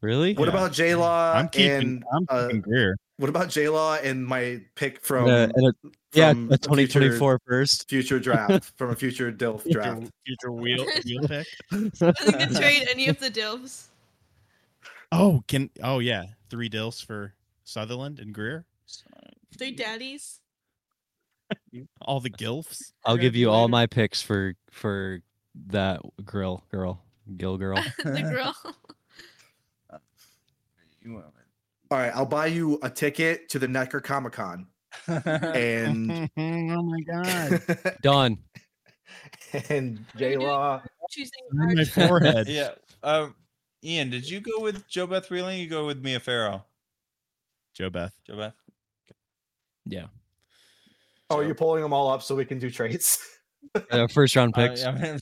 really
What
Yeah.
about J Law?
I'm keeping.
and
I'm
uh,
keeping Greer.
what about J Law and my pick from
Uh, and a- yeah,
from
a
future-
2024 first.
future draft from a future Dilf draft?
future wheel wheel pick.
I think trade any of the dilfs.
Oh, can oh yeah, three dills for Sutherland and Greer.
Three daddies.
All the gilfs.
I'll give you all
Congratulations.
my picks for for that grill girl, gill girl.
the girl.
You want
All right, I'll buy you a ticket to the Necker Comic Con
it.
and
oh my god,
Done.
and J Law.
Choosing
on my
art.
forehead.
yeah. Uh, Ian, did you go with Joe Beth Wheeling? Or you go with Mia Farrow.
Joe Beth.
Joe Beth.
Yeah,
Oh, you're pulling them all up so we can do trades.
Uh, first round
Uh,
picks.
yeah, man.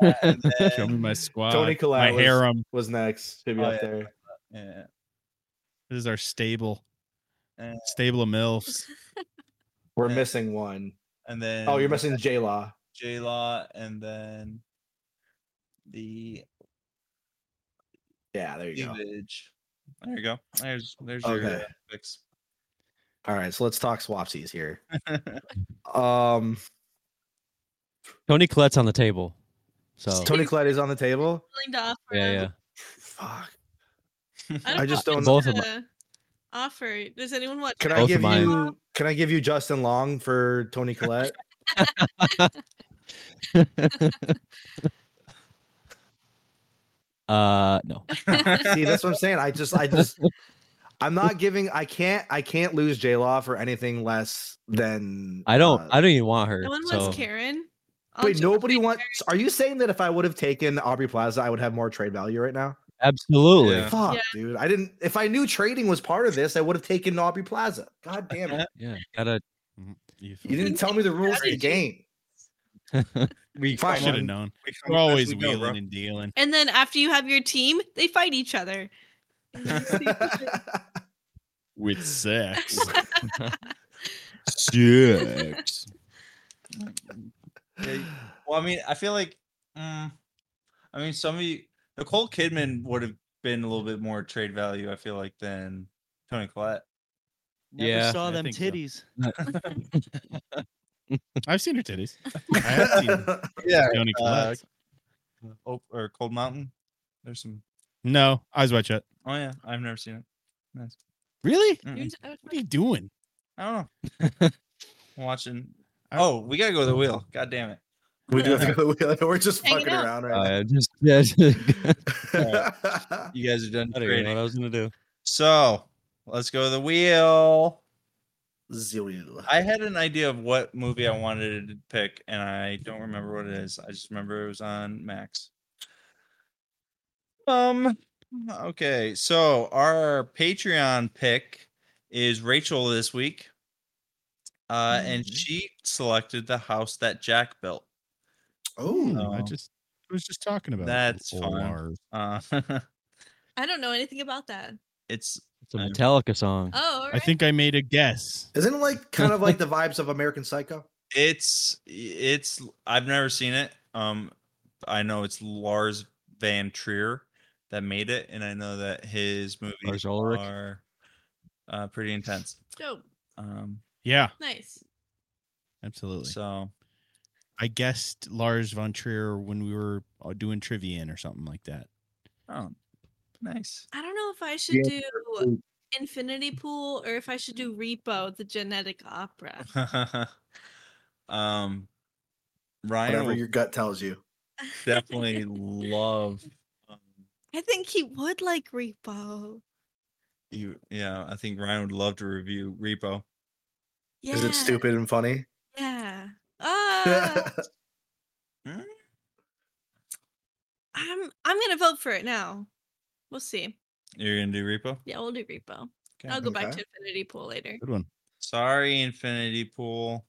Uh, and
Show me
then-
my squad.
Tony
my
Collette was-
harem.
Was next should be
Oh,
up
yeah.
there.
yeah.
This is our stable.
Uh,
Stable of milfs.
We're
Yeah.
missing one.
And then
Oh, you're missing J Law.
J Law, and then the
Yeah, there you go.
cleavage. There you go. There's there's your
Okay.
uh, picks.
All right, so let's talk swapsies here. Um,
Tony Collette's on the table. So
Tony Collette is on the table.
willing to offer.
yeah, yeah.
Fuck.
I, don't
I just
know.
don't.
Both of
what to offer. Does anyone want?
Can
Both
I
of
give
mine.
you? Can I give you Justin Long for Tony Collette?
Uh, no.
See, that's what I'm saying. I just, I just, I'm not giving. I can't, I can't lose J Law for anything less than.
I don't.
uh,
I don't even want her.
No one
so.
wants Karen. I'll
wait,
ju-
nobody wants. Are you saying that if I would have taken Aubrey Plaza, I would have more trade value right now?
Absolutely.
Yeah.
Yeah.
Fuck,
Yeah.
dude. I didn't. If I knew trading was part of this, I would have taken Aubrey Plaza. God damn it!
Gotta.
You
You didn't tell me the rules of the game.
we
Fine.
should have
one.
known.
we-
We're always
we know, bro.
wheeling and dealing.
And then after you have your team, they fight each other.
with sex. sex.
Yeah, Well, I mean, I feel like, mm, I mean, some of you, Nicole Kidman would have been a little bit more trade value. I feel like than Tony Collette.
yeah.
I them titties. I've seen her titties. I have seen
Yeah.
Tony
Uh,
Collette.
oh, or Cold Mountain. There's some.
no, eyes wide shut.
Oh yeah, I've never seen it. Nice.
Really?
Mm-mm.
Oh,
What are you doing?
I don't know. I'm watching.
I-
Oh, we gotta go to the wheel. God damn it.
we do have to go. We're just
Hanging
fucking around
out.
right
Uh, just yeah.
You guys are done
I don't even know
training.
what I was gonna do.
So let's go to the wheel.
Zillion.
I had an idea of what movie I wanted to pick, and I don't remember what it is. I just remember it was on Max. Um. Okay, so our Patreon pick is Rachel this week, uh, and she selected the house that Jack built.
Oh,
Hmm, I
Oh.
just I was just talking about
That's
old
fun.
Lars.
Uh,
I don't know anything about that.
it's
It's a
I'm-
Metallica song.
Oh, all
I
right.
think I made a guess.
isn't it like kind of like the vibes of American Psycho?
it's it's I've never seen it. Um, I know it's Lars Van Trier that made it, and I know that his movies
Lars Ulrich.
are uh, pretty intense.
dope.
Um,
Yeah,
Nice.
absolutely.
so
I guessed Lars von Trier when we were uh, doing trivia in or something like that.
oh, nice.
I don't know if I should
Mm.
do Infinity Pool or if I should do Repo, the genetic opera.
um, Ryan
Whatever
will
your gut tells you.
definitely love. Um,
I think he would like Repo.
you, yeah, I think Ryan would love to review Repo.
Yeah.
Is it stupid and funny?
Yeah. Uh, I'm I'm gonna vote for it now. We'll see.
You're gonna do Repo.
Yeah, we'll do Repo. I'll go back
Okay.
to Infinity Pool later.
Good one.
Sorry, Infinity Pool.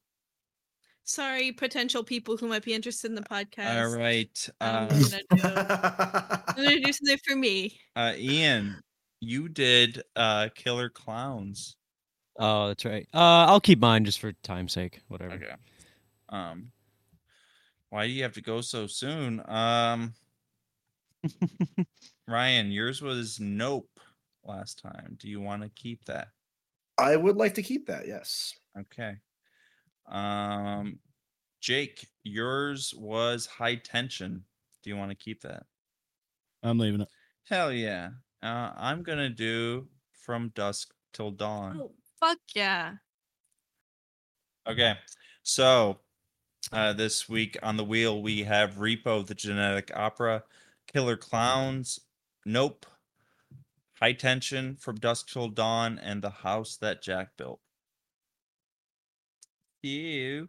Sorry, potential people who might be interested in the podcast.
All right, uh,
I'm gonna do, I'm gonna do something for me.
uh, Ian, you did uh, Killer Clowns.
Oh, that's right. Uh, I'll keep mine just for time's sake. Whatever.
Um, why do you have to go so soon? Um, Ryan, yours was Nope last time. Do you want to keep that?
I would like to keep that. Yes.
Okay. Um, Jake, yours was High Tension. Do you want to keep that?
I'm leaving it.
Hell yeah. Uh, I'm gonna do From Dusk Till Dawn.
Oh, fuck yeah.
Okay. So uh, this week on the wheel, we have Repo, the Genetic Opera, Killer Clowns, Nope, High Tension, From Dusk Till Dawn, and The House That Jack Built. You.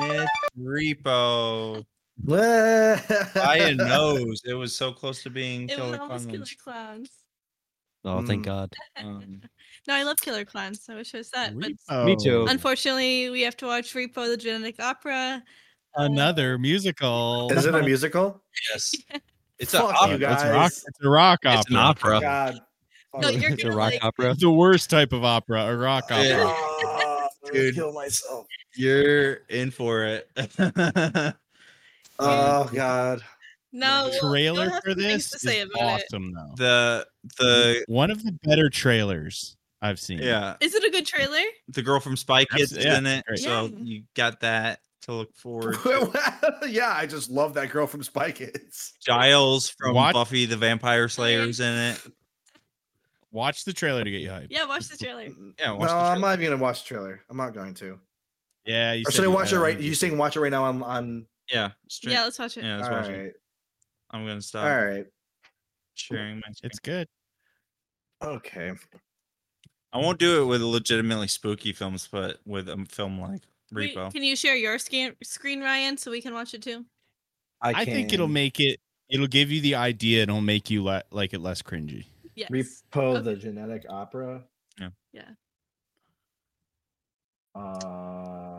It's Repo.
I
Ryan knows it was so close to being
It
Killer
was almost Killer
Clowns.
Clowns.
Oh, thank
Mm.
God.
Um,
No, I love Killer Clowns. so I wish I was that. But
Me
Repo.
too.
unfortunately, we have to watch Repo, the genetic opera.
Oh, Another musical.
Is it a musical?
yes, it's
Fuck
a
you
opera.
It's, rock,
guys.
it's a rock opera.
It's an opera.
God.
No, you're
it's a
gonna
rock
like-
opera.
The worst type of opera, a rock
Yeah.
opera.
Ah, I'm gonna
Dude.
kill myself.
You're in for it.
Oh God.
No,
The
Will, you'll
trailer
have
for
some things
this
to
is
say about it.
awesome, though.
the the
One of the better trailers I've seen.
yeah,
Is it a good trailer?
the girl from Spy Kids
Absolutely, yeah,
is in it,
great.
so
Yeah.
you got that to look forward. to.
yeah, I just love that girl from Spy Kids.
Giles from
Watch-
Buffy the Vampire Slayer's in it.
Watch the trailer to get you hyped.
Yeah, watch the trailer.
Yeah,
Mm. no,
watch the
I'm not even gonna watch the trailer. I'm not going to.
Yeah. You
Or
said
should I
you-
watch it
uh,
right? You saying watch it right now on on?
Yeah, straight.
Yeah, let's watch it.
yeah.
All
That's what I'm saying.
right,
I'm gonna stop
all right,
sharing my. Screen.
It's good.
okay.
I won't do it with legitimately spooky films, but with a film like
Wait,
Repo.
can you share your screen, screen, Ryan, so we can watch it too?
I, think it'll
can
make it. It'll give you the idea. and It'll make you le- like it less cringy.
Yes.
repo
Okay.
the genetic opera.
Yeah.
Yeah.
Uh,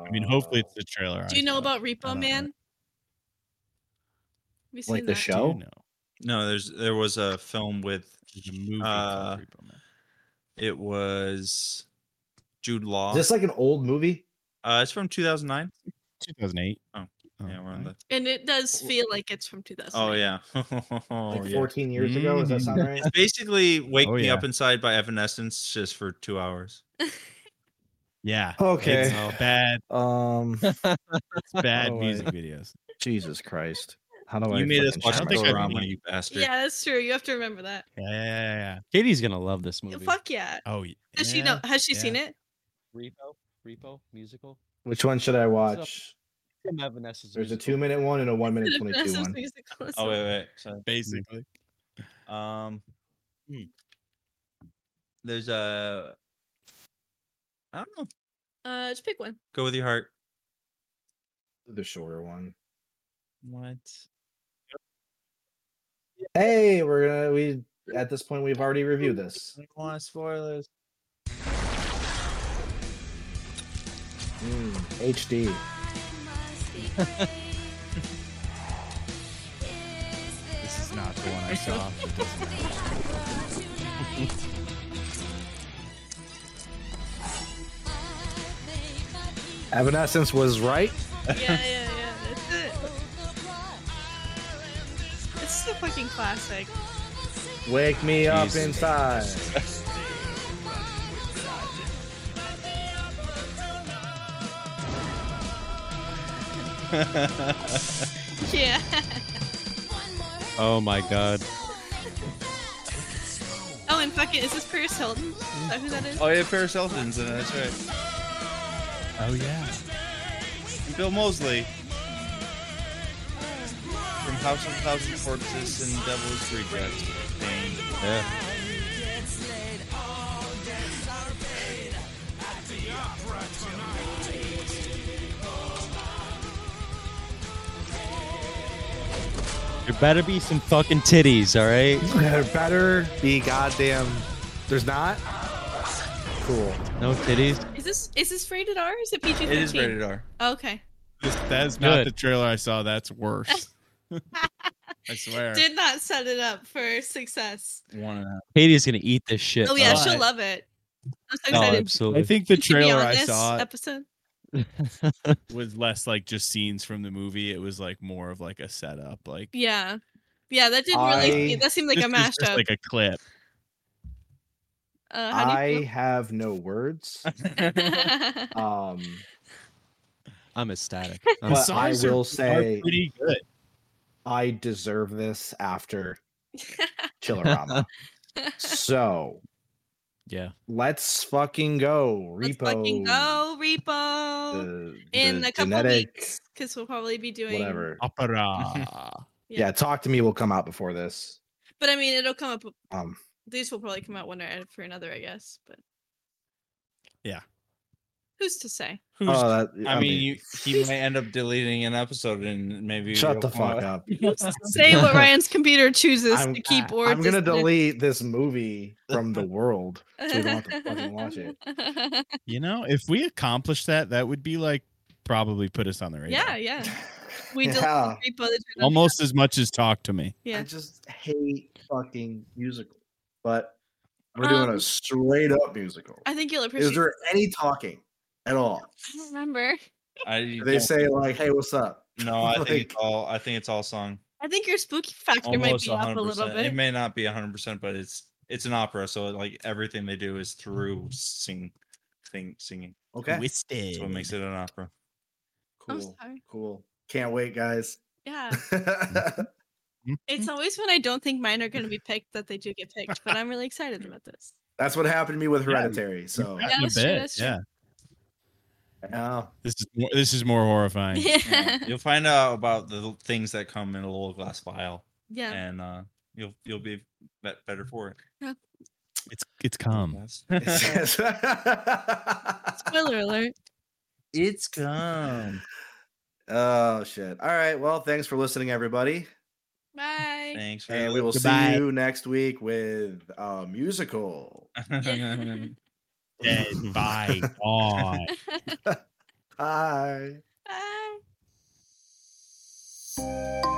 I mean, hopefully it's the trailer.
Do you know about
don't
Repo
know.
Man? Have you
Like
seen
the
that?
show?
No.
No.
No, there's there was a film with
The movie
Uh,
called Repo Man.
it was Jude Law.
Is this like an old movie?
uh, it's from 2009.
2008.
Oh, yeah, we're on the.
And it does feel like it's from 2000.
Oh yeah. oh,
Like
yeah.
14 years ago? Does that sound right?
It's basically "Wake
Oh,
Me
yeah.
Up Inside" by Evanescence, just for two hours.
Yeah.
Okay.
It's bad,
Um,
it's bad
Oh, wait.
music videos.
Jesus Christ. How do I?
you made us
fucking
watch
I
shut
don't think
this?
I've
Futurama,
seen-
you bastard.
Yeah, that's true. You have to remember that.
Yeah, yeah, yeah, yeah.
Katie's gonna love this movie.
Fuck yeah.
Oh, y-
Does she
yeah.
know? Has she seen it?
Repo musical.
Which one should I watch?
Some Evanescence
There's a
musical.
two minute one and a one minute twenty two
Vanessa's
one.
musical is
Oh
so-
wait, wait. So,
basically.
um,
Hmm.
there's a. I don't know.
Uh, just pick one.
Go with your heart.
The shorter one.
What?
Hey, we're gonna we at this point we've already reviewed this.
I want spoilers.
Mm, HD.
This is not the one I saw. but doesn't matter.
Evanescence was right.
Yeah, yeah, yeah. That's it. It's the fucking classic.
Wake me up
Jesus.
inside.
Yeah.
Oh my god.
Oh, and fuck it, is this Paris Hilton? Is that who that is?
Oh yeah, Paris Hilton's in it. That's right.
Oh yeah.
And Bill Mosley from House of a Thousand Corpses and Devil's Rejects. Yeah.
There better be some fucking titties, all right?
There better be goddamn. There's not. Cool.
No titties.
Is this is this rated R? Or is it PG
It
thirteen?
is rated R.
Okay.
This, that is not
Good.
the trailer I saw. That's worse. I swear.
Did not set it up for success.
One and a half.
Katie's gonna eat this shit.
Oh yeah,
though.
she'll love it. I'm so
Oh,
excited
I
absolutely.
think the
to be
trailer
on
I
this
saw
episode.
was less like just scenes from the movie. It was like more of like a setup, like
Yeah. Yeah, that didn't really
I-
seem- that seemed like a
This is just
mashup.
like a clip.
uh, how do
I
you
have no words.
feel?
Um,
I'm ecstatic. I'm
but I
songs are-
will
Are
say
pretty good.
I deserve this after Chillerama. so
Yeah.
let's fucking go, Repo.
Let's fucking go, Repo.
The,
in
the
a couple
genetic,
weeks because we'll probably be doing
whatever.
Opera.
Yeah.
Yeah. talk to me will come out before this.
But I mean, it'll come up.
Um,
These will probably come out one or for another, I guess. But
Yeah.
who's to say?
Who's
oh, that,
I, mean, you, he might end up deleting an episode and maybe
shut
it'll
the
come out.
fuck up.
say what Ryan's computer chooses
I'm,
to keep or
I'm gonna
dis-
delete this movie from the world. so we don't have to fucking watch it.
You know, if we accomplish that, that would be like probably put us on the radar.
yeah, yeah. We delete
yeah,
Repo the Genetic-
Almost as much as talk to me.
Yeah.
I just hate fucking musicals, but we're doing
Um,
a straight up musical.
I think you'll appreciate.
Is there any talking at all?
I don't remember.
I
Do they say like, "Hey, what's up"?
no. I think it's
like-
all. I think it's all song.
I think your spooky factor might
Almost
be up a little
100%. It
bit.
may not be 100, percent but it's it's an opera, so like everything they do is through sing, sing, singing.
Okay,
Twisted.
That's what makes it an opera.
I'm
cool,
sorry.
cool. Can't wait, guys.
Yeah. It's always when I don't think mine are going to be picked that they do get picked, but I'm really excited about this.
That's what happened to me with Hereditary. So,
Yeah, that's true, that's true.
Yeah.
yeah.
This is more, this is more horrifying.
Yeah.
You'll find out about the l- things that come in a little glass vial,
Yeah.
and uh, you'll you'll be be- better for it.
It's it's come.
Yes.
Spoiler alert.
it's
Um,
come.
oh shit! All right. Well, thanks for listening, everybody,
Bye.
Thanks for
and we will
Goodbye.
see you next week with a musical.
listening.
Dead by dawn.
Bye.
Bye.